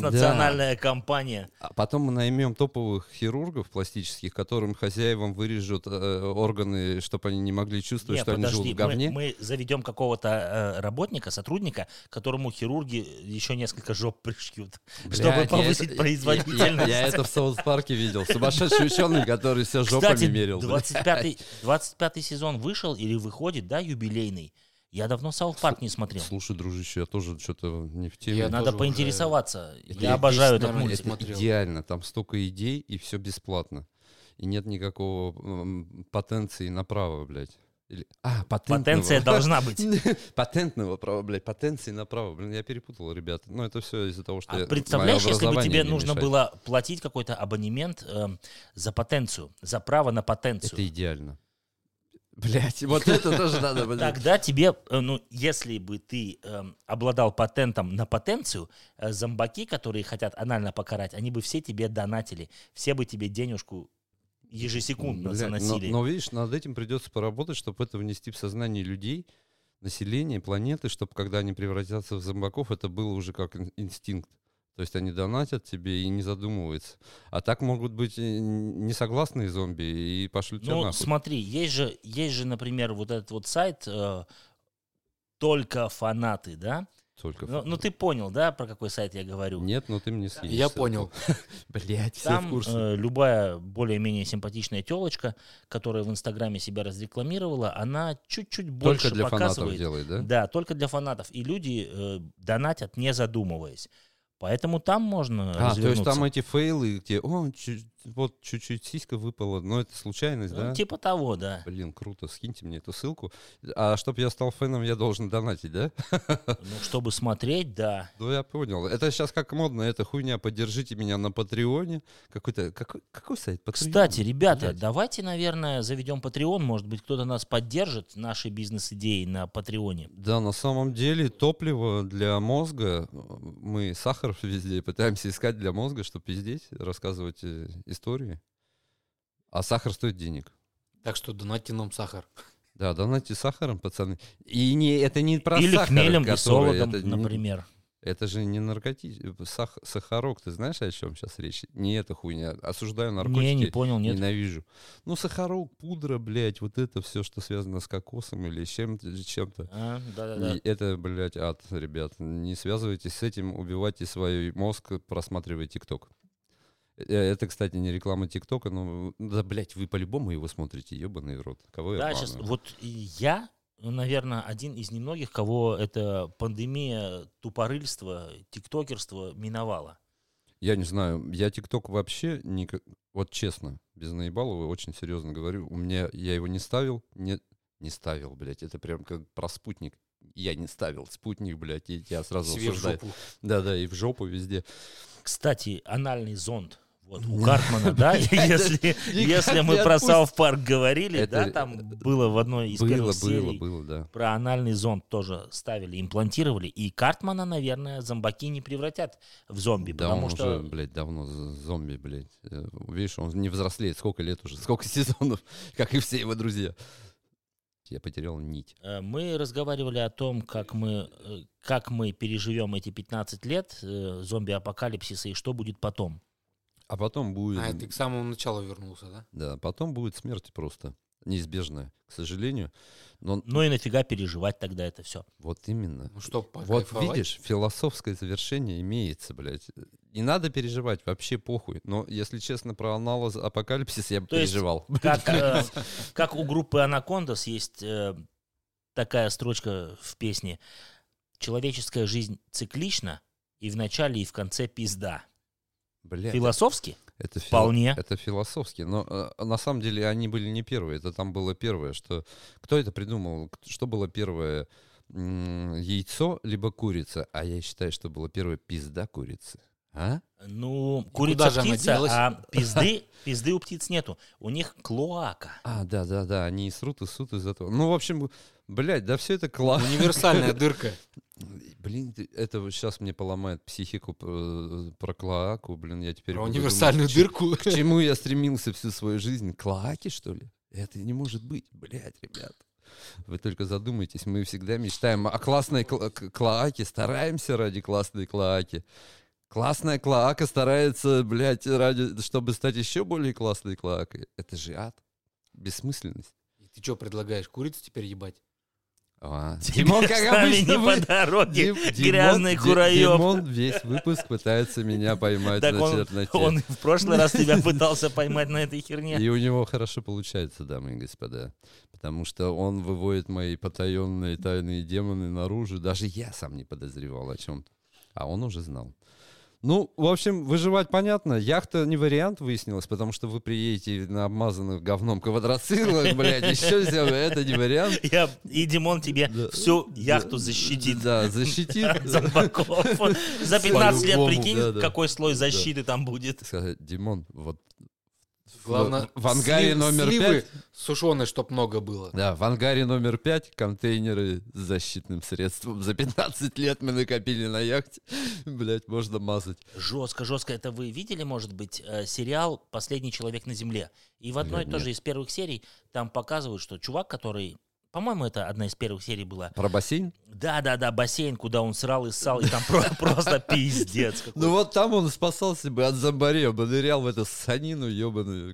транснациональная компания.
а потом мы наймем топовых хирургов пластических, которым хозяевам вырежут э, органы, чтобы они не могли чувствовать,
Нет,
что они живут
подожди,
в говне.
мы, мы заведем какого-то э, работника, сотрудника, которому хирурги еще несколько жоп пришьют, чтобы
Блядь, я
повысить
это-
производительность.
Я это в Саус-парке видел. Сумасшедший ученый, который все жопами
Кстати,
мерил. блядь.
25 25 сезон вышел или выходит, да, юбилейный? Я давно Саут Парк не смотрел.
Слушай, дружище, я тоже что-то не в
Я
теме.
Надо
тоже уже-
поинтересоваться.
Это
Я
я
обожаю
10,
этот
наверное,
мультик.
лет смотрел.
Идеально, там столько идей и все бесплатно. И нет никакого м, потенции на право, блядь. Или- А, патентного.
Потенция должна быть.
[LAUGHS]
Патентного права, блядь, потенции на право. Блин, я перепутал, ребята. Но это все из-за того, что
А
я-
представляешь,
моё
если бы
образование
тебе
мне
нужно
мешает.
было платить какой-то абонемент эм, за потенцию, за право на потенцию?
Это идеально. Блять, вот это тоже надо, блядь.
Тогда тебе, э, ну, если бы ты эм, обладал патентом на потенцию, э, зомбаки, которые хотят анально покарать, они бы все тебе донатили, все бы тебе денежку ежесекундно
Бля, но-
заносили.
Но, видишь, над этим придется поработать, чтобы это внести в сознание людей, населения, планеты, чтобы когда они превратятся в зомбаков, это было уже как ин- инстинкт. То есть они донатят тебе и не задумываются. А так могут быть э, несогласные зомби и пошлют тебя
Ну,
нахуй.
смотри, есть же, есть же, например, вот этот вот сайт э, «Только фанаты», да?
Только
Ну,
ф-
ну, ты понял, да, про какой сайт я говорю?
Нет, но ты мне съедешь.
Я
[LAUGHS]
понял.
Блять, все в
Там
курсе.
э, любая более-менее симпатичная телочка, которая в Инстаграме себя разрекламировала, она чуть-чуть больше
Только для фанатов
показывает.
делай, да?
Да, только для фанатов. И люди э, донатят, не задумываясь. Поэтому там можно
А, то есть
развернуться.
там эти фейлы, где, о, чуть- вот чуть-чуть сиська выпала, но это случайность,
Ну,
да?
Типа того,
[LAUGHS]
да.
Блин, круто, скиньте мне эту ссылку. А чтобы я стал фэном, я должен донатить, да? [LAUGHS]
Ну, чтобы смотреть, да.
Ну, я понял. Это сейчас как модно, эта хуйня, поддержите меня на Патреоне. Какой-то, какой, какой сайт? Патреон?
Кстати, ребята,
Блядь.
давайте, наверное, заведем Patreon. Может быть, кто-то нас поддержит, наши бизнес-идеи на Патреоне.
Да, на самом деле топливо для мозга, э, мы сахар везде пытаемся искать для мозга, чтобы пиздеть, рассказывать э, истории. А сахар стоит денег.
Так что донатьте нам сахар.
Да, донатьте сахаром, пацаны. И не, это не про
Или
сахар,
хмелем и
который-
солодом,
это не-
например.
Это же не наркотик, сах- сахарок, ты знаешь, о чем сейчас речь? Не эта хуйня. Осуждаю наркотики,
Не, не понял, нет.
ненавижу. Ну, сахарок, пудра, блядь, вот это все, что связано с кокосом или с чем-то. с чем-то.
А, да-да-да.
И Это, блядь, ад, ребят. Не связывайтесь с этим, убивайте свой мозг, просматривая ТикТок. Э, Это, кстати, не реклама ТикТока, но... Да, блядь, вы по-любому его смотрите, ебаный рот. Кого я
Да, сейчас
обманываю?
вот и я, наверное, один из немногих, кого эта пандемия тупорыльства, тиктокерства миновала.
Я не знаю, я ТикТок вообще не... Вот честно, без наебалова, очень серьезно говорю, у меня... Я его не ставил, не, не ставил, блядь, это прям как про спутник. Я не ставил спутник, блядь, и тебя сразу
Себе в
осуждают.
жопу.
Да-да, и в жопу везде.
Кстати, анальный зонд. Вот,
[LAUGHS]
у Картмана, [LAUGHS] да, если, если мы
не
про
отпустит.
Саут Парк говорили,
Это-
да, там было в одной из
было,
первых
было,
серий
было, да.
про анальный зонд тоже ставили, имплантировали, и Картмана, наверное, зомбаки не превратят в зомби,
Да,
потому
он
что...
уже, блядь, давно з- зомби, блядь. Э, Видишь, он не взрослеет. Сколько лет уже? Сколько [LAUGHS] сезонов? Как и все его друзья. Я потерял нить.
Э, Мы разговаривали о том, как мы, э, как мы переживем эти 15 лет э, зомби-апокалипсиса и что будет потом.
А потом будет...
А, ты к самому началу вернулся, да?
Да, потом будет смерть просто. Неизбежная, к сожалению. Но
Ну и нафига переживать тогда это
[LAUGHS]
все.
вот именно.
Ну что,
Вот
покайфовать?
видишь, [LAUGHS] философское завершение имеется, блядь. Не надо переживать, вообще похуй. Но, если честно, про анализ апокалипсис я бы
То есть-
переживал.
Как, э, как у группы Анакондас есть э, такая строчка в песне «Человеческая жизнь циклична, и в начале, и в конце пизда».
Блядь,
Философски?
Это фило-
Вполне.
Это философски, но э, на самом деле они были не первые. Это там было первое, что кто это придумал, К- что было первое М, яйцо либо курица, а я считаю, что было первое пизда курицы. А?
Ну,
куда же
курица
она
птица,
делась?
а пизды, пизды у птиц нету. У них клоака.
А, да, да, да, они и срут и сут из этого. Ну, в общем, блядь, да все это класс.
Универсальная дырка.
[LAUGHS] Блин, ты- это сейчас мне поломает психику э, про клоаку, блин, я теперь.
Про
буду думать,
универсальную
к чему-
дырку.
К чему я стремился всю свою жизнь? Клоаки, что ли? Это не может быть, блядь, ребят. Вы только задумайтесь, мы всегда мечтаем о классной кла- к- клоаке, стараемся ради классной клоаки. Классная клоака старается, блядь, ради, чтобы стать еще более классной клоакой. Это же ад. Бессмысленность.
И ты что предлагаешь, курицу теперь ебать?
А,
[LAUGHS] Тебе
Димон,
с нами не
вы-
по дороге,
Дим- Димон-
грязный
Ди-
кураёб.
Димон весь выпуск пытается меня поймать
Так
на
он,
черноте.
он и в прошлый раз
[LAUGHS]
тебя пытался поймать на этой херне.
И у него хорошо получается, дамы и господа. Потому что он выводит мои потаенные тайные демоны наружу. Даже я сам не подозревал о чем. А он уже знал. Ну, в общем, выживать понятно. Яхта не вариант выяснилось, потому что вы приедете на обмазанных говном квадроциклах, блядь, еще сделали. Это не вариант.
Я, и Димон тебе
Да.
всю [LAUGHS] яхту
Да,
защитит. [LAUGHS]
Да, защитит.
от
[LAUGHS]
зомбаков. За 15 лет
По-любому, да,
прикинь,
да.
какой слой защиты там будет.
Сказать, Димон, вот в-
Главное,
в ангаре
слив-
номер
сливы
пять.
сушеные, чтоб много было.
Да, в ангаре номер 5 контейнеры с защитным средством. За 15 лет мы накопили на яхте. [LAUGHS] Блять, можно мазать.
Жестко, жестко. Это вы видели, может быть, э, сериал «Последний человек на земле»? И в одной
Нет,
тоже из первых серий там показывают, что чувак, который... По-моему, это одна из первых серий была.
Про бассейн?
Да-да-да, бассейн, куда он срал и ссал, и там про- [LAUGHS] просто пиздец. какой.
Ну вот там он спасался бы от зомбарей, он бы нырял в эту санину ебаную,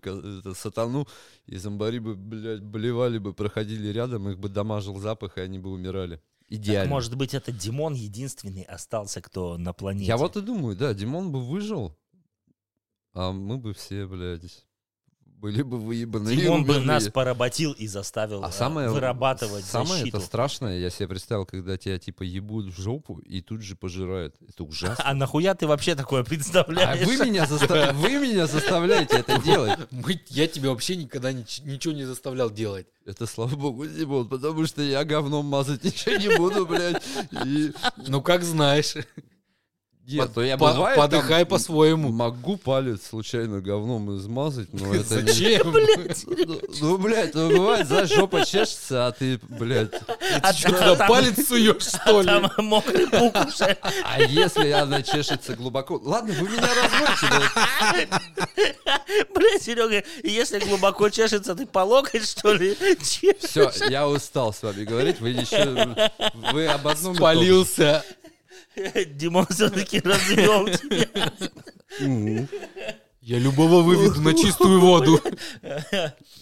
сатану, и зомбари бы, блядь, блевали бы, проходили рядом, их бы дамажил запах, и они бы умирали.
Так,
Идеально.
может быть, это Димон единственный остался, кто на планете.
Я вот и думаю, да, Димон бы выжил, а мы бы все, блядь, были бы выебаны. и
Димон бы
умерли.
нас поработил и заставил э,
А самое,
вырабатывать
самое
защиту.
это страшное, я себе представил, когда тебя типа ебут в жопу и тут же пожирают. Это [LAUGHS] ужасно.
А нахуя ты вообще такое
А
представляешь?
вы меня, [LAUGHS] заста- вы меня заставляете это делать.
Мы- Я тебя вообще никогда нич- ничего не заставлял делать.
Это слава богу, Димон, потому что я говном мазать ничего не буду, блядь. И...
Ну, как знаешь.
Нет,
Под-
ну я
по-
бывает там
Подыхай по-своему.
Могу палец случайно говном измазать, [LAUGHS] но это не...
Зачем?
[LAUGHS] Ну, Ну, блядь, ну бывает, знаешь, жопа чешется, а ты, блядь,
А
Что
там-
туда
там-
палец суешь, что ли?
Там мокрый пук уже.
а если она чешется глубоко... Ладно, вы меня [LAUGHS] разводите,
Бля, Серега, если глубоко чешется, ты по локоть, что ли? Че?
Все, я устал с вами говорить. Вы еще... Вы об
Ну,
одном... и том же.
Спалился.
Димон все-таки развел тебя.
Мгм.
Я любого выведу на чистую
[LAUGHS]
воду.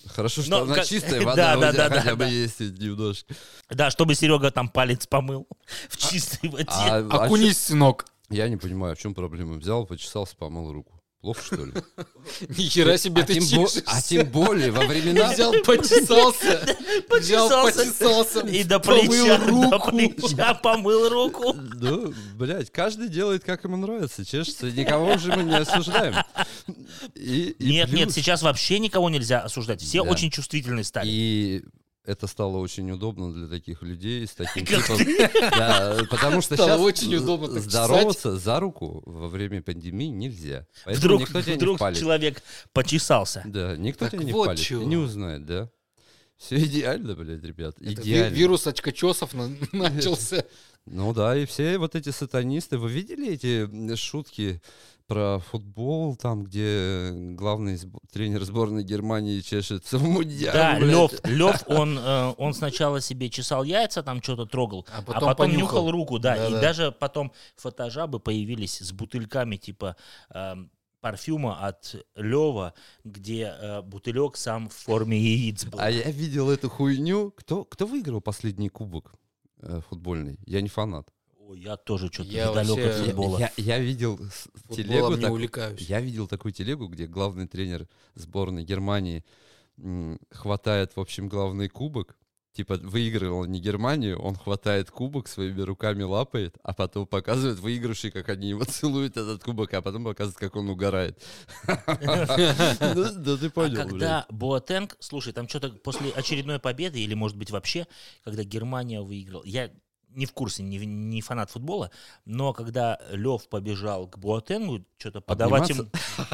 Хорошо,
Но
что она
как- [LAUGHS]
чистая
да,
вода,
да,
у
да,
тебя
да,
хотя бы
да.
есть немножко.
Да, чтобы Серега там палец помыл в чистой
А-
воде.
а чё-
Окунись, сынок.
Я не понимаю, в чем проблема. Взял, почесался, помыл руку. Плохо,
[LAUGHS]
что ли?
Ни хера себе
а,
ты
тем бо- а
чешешься.
тем более
[LAUGHS]
во
[LAUGHS]
времена...
Взял, почесался. Взял,
Почесался
почесался.
и до
помыл
плеча, [LAUGHS] до
руку.
плеча помыл руку.
Ну, блядь, каждый делает, как ему нравится, чешется. Никого же мы не осуждаем. И- [LAUGHS] и
Нет, нет,
плюс-
сейчас вообще никого нельзя осуждать. Все
Да.
очень чувствительны стали.
И это стало очень удобно для таких людей с таким
Как
типом. Да, потому что
Стало
сейчас
очень удобно так
здороваться за руку во время пандемии нельзя. Поэтому
Вдруг,
никто тебя не
вдруг
впалит.
человек почесался.
Да, никто
Так
тебя не
вот
впалит,
чего.
не узнает, да. Все идеально, блядь, ребят,
Это ви-
идеально.
Вирус очкочесов на- [LAUGHS] начался.
Ну да, и все вот эти сатанисты, вы видели эти м, шутки про футбол, там, где главный сбо- тренер сборной Германии чешется в мундиар,
Да,
блядь.
Лев,
[LAUGHS]
Лев, он, э, он сначала себе чесал яйца, там что-то трогал,
А
а
потом
потом,
понюхал.
нюхал руку, да, и
Да-да.
даже потом фотожабы появились с бутыльками типа эм, парфюма от Лева, где э, бутылек сам в форме яиц был.
А я видел эту хуйню. Кто, кто выиграл последний кубок э, футбольный? Я не фанат.
Ой, я тоже что-то
Я
недалек от
вообще-
футбола.
Я, я видел с- телегу.
Футболом не
так-
увлекаюсь.
я видел такую телегу, где главный тренер сборной Германии м, хватает, в общем, главный кубок. Типа выиграл не Германию, он хватает кубок, своими руками лапает, а потом показывает выигравший, как они его [LAUGHS] целуют, этот кубок, а потом показывает, как он угорает. [LAUGHS] Ну, Да ты
А
понял, блядь.
когда Боатенг, слушай, там что-то после очередной победы, или, может быть, вообще, когда Германия выиграла, я не в курсе, не, в- не фанат футбола, но когда Лев побежал к Буатенгу, что-то подавать ему...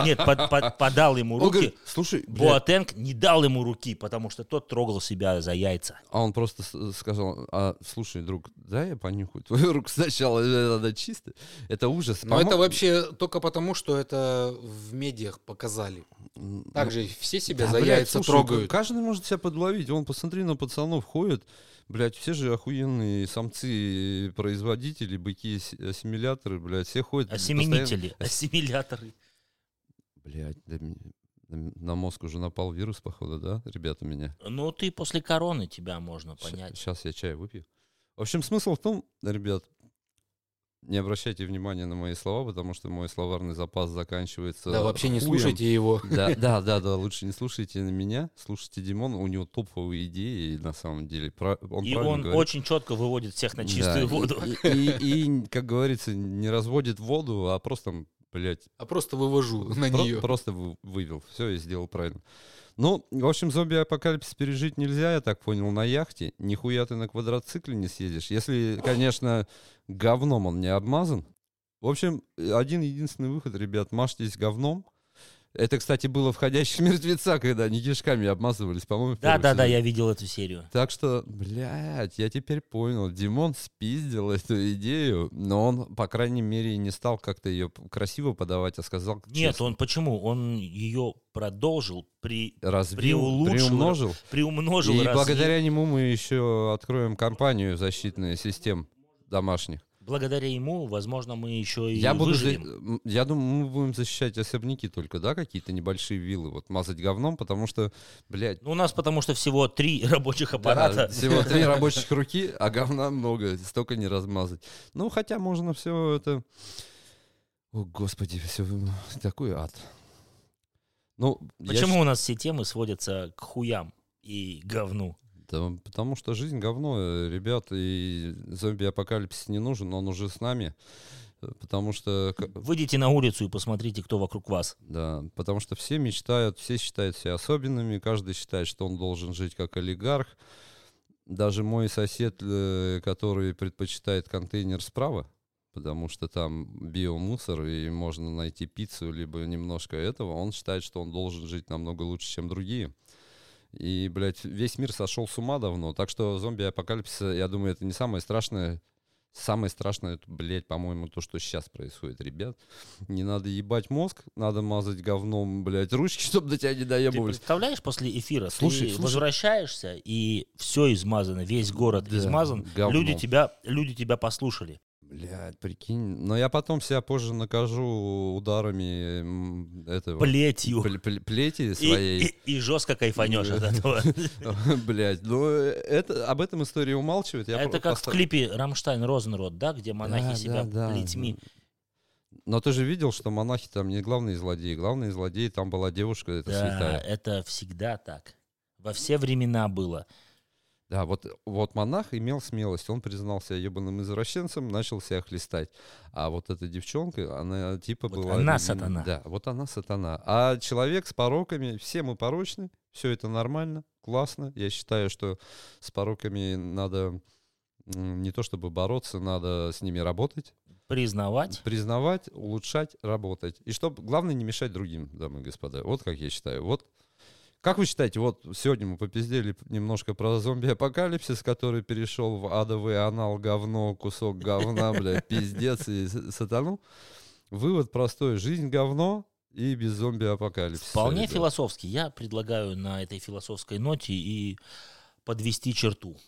Нет, под- под- подал ему
Он
руки.
говорит, слушай, блядь,
Буатенг не дал ему руки, потому что тот трогал себя за яйца.
а он просто с- сказал, а, слушай, друг, дай я понюхаю твою руку сначала, э, она чистая. Это ужас.
Но
Помо-
это вообще только потому, что это в медиах показали.
М,
Так же все себя
Да,
за
блядь,
яйца
слушай, ну
трогают.
Каждый может себя подловить. Он, посмотри, на пацанов ходят. Блядь, все же охуенные самцы, производители, быки, с- ассимиляторы, блядь, все ходят.
Осеменители, ассимиляторы.
Блядь, да мне- на м- на мозг уже напал вирус, походу, да, ребята, у меня?
Ну, ты после короны тебя можно понять.
Сейчас я чай выпью. В общем, смысл в том, ребят, не обращайте внимания на мои слова, потому что мой словарный запас заканчивается
Да вообще не
хуем.
слушайте его. [LAUGHS]
Да, да, да, да, лучше не слушайте на меня, слушайте Димона, у него топовые идеи, на самом деле. Пра- Он
И
правильно
он
говорит.
очень четко выводит всех на чистую
Да,
воду.
И, и- и, как говорится, не разводит воду, а просто, блядь,
А просто вывожу на
про-
нее.
просто вы- вывел. Все, и сделал правильно. Ну, в общем, зомби-апокалипсис пережить нельзя, я так понял, на яхте. Нихуя ты на квадроцикле не съедешь. Если, конечно, говном он не обмазан. В общем, один-единственный выход, ребят, мажьтесь говном. Это, кстати, было в «Ходячих мертвеца», когда они кишками обмазывались, по-моему. в
Да,
первом
да, да,
сезоне.
я видел эту серию.
Так что, блядь, я теперь понял, Димон спиздил [LAUGHS] эту идею, но он, по крайней мере, не стал как-то ее красиво подавать, а сказал
Нет,
честно.
он почему? Он ее продолжил, при,
развил,
приулучшил,
приумножил.
приумножил.
и
развил.
благодаря нему мы еще откроем компанию защитных систем домашних.
благодаря ему, возможно, мы еще и
Я, буду, за-
выживем.
м, я думаю, мы будем защищать особняки только, да, какие-то небольшие виллы, вот мазать говном, потому что, блядь,
Ну, у нас потому что всего три [LAUGHS] рабочих
Да,
аппарата.
всего три рабочих руки, а говна много, столько не размазать. Ну, хотя можно все это... О, господи, все такой ад. Ну,
[LAUGHS]
я
Почему
щ-
у нас все темы сводятся к хуям и говну?
Да, потому что жизнь говно, э, ребят, и зомби-апокалипсис не нужен, он уже с нами. э, Потому что, к-
Выйдите на улицу и посмотрите, кто вокруг вас.
да, потому что все мечтают, все считают себя особенными, каждый считает, что он должен жить как олигарх. Даже мой сосед, э, который предпочитает контейнер справа, потому что там биомусор, и можно найти пиццу, либо немножко этого, он считает, что он должен жить намного лучше, чем другие. И, блядь, весь мир сошел с ума давно. Так что зомби-апокалипсис, я думаю, это не самое страшное. Самое страшное, это, блядь, по-моему, то, что сейчас происходит, ребят. Не надо ебать мозг, надо мазать говном, блядь, ручки, [LAUGHS] чтобы до тебя не
Ты
доебывались.
представляешь, после эфира
Слушай,
ты
слушай.
возвращаешься, и все измазано, весь город
Да,
измазан.
говном.
Люди тебя, люди тебя послушали.
Блядь, прикинь. Но я потом себя позже накажу ударами м, этого...
Плетью.
пл- пл- плети
И,
своей.
и- и жестко кайфанешь от этого.
[LAUGHS] Блядь, ну э, это, об этом история умалчивает. Я
Это
про-
как в
просто-
клипе «Рамштайн Розенрод», да, где монахи
Да,
себя
да, да.
плетьми.
Но ты же видел, что монахи там не главные злодеи. Главные злодеи там была девушка, это
Да,
святая.
это всегда так. Во все времена было.
Да, вот, вот монах имел смелость. Он признался ебаным извращенцем, начал себя хлестать. А вот эта девчонка, она типа
Вот
была...
она
м,
сатана.
Да, вот она сатана. А человек с пороками, все мы порочны, все это нормально, классно. Я считаю, что с пороками надо м, не то чтобы бороться, надо с ними работать.
Признавать.
Признавать, улучшать, работать. И чтобы, главное, не мешать другим, дамы и господа. Вот как я считаю. Вот как вы считаете, вот сегодня мы попиздели немножко про зомби-апокалипсис, который перешел в адовый анал говно, кусок
[LAUGHS]
говна, бля, пиздец и с- сатану. Вывод простой. Жизнь говно и без зомби-апокалипсиса.
Вполне
ребят.
философски. Я предлагаю на этой философской ноте и подвести черту.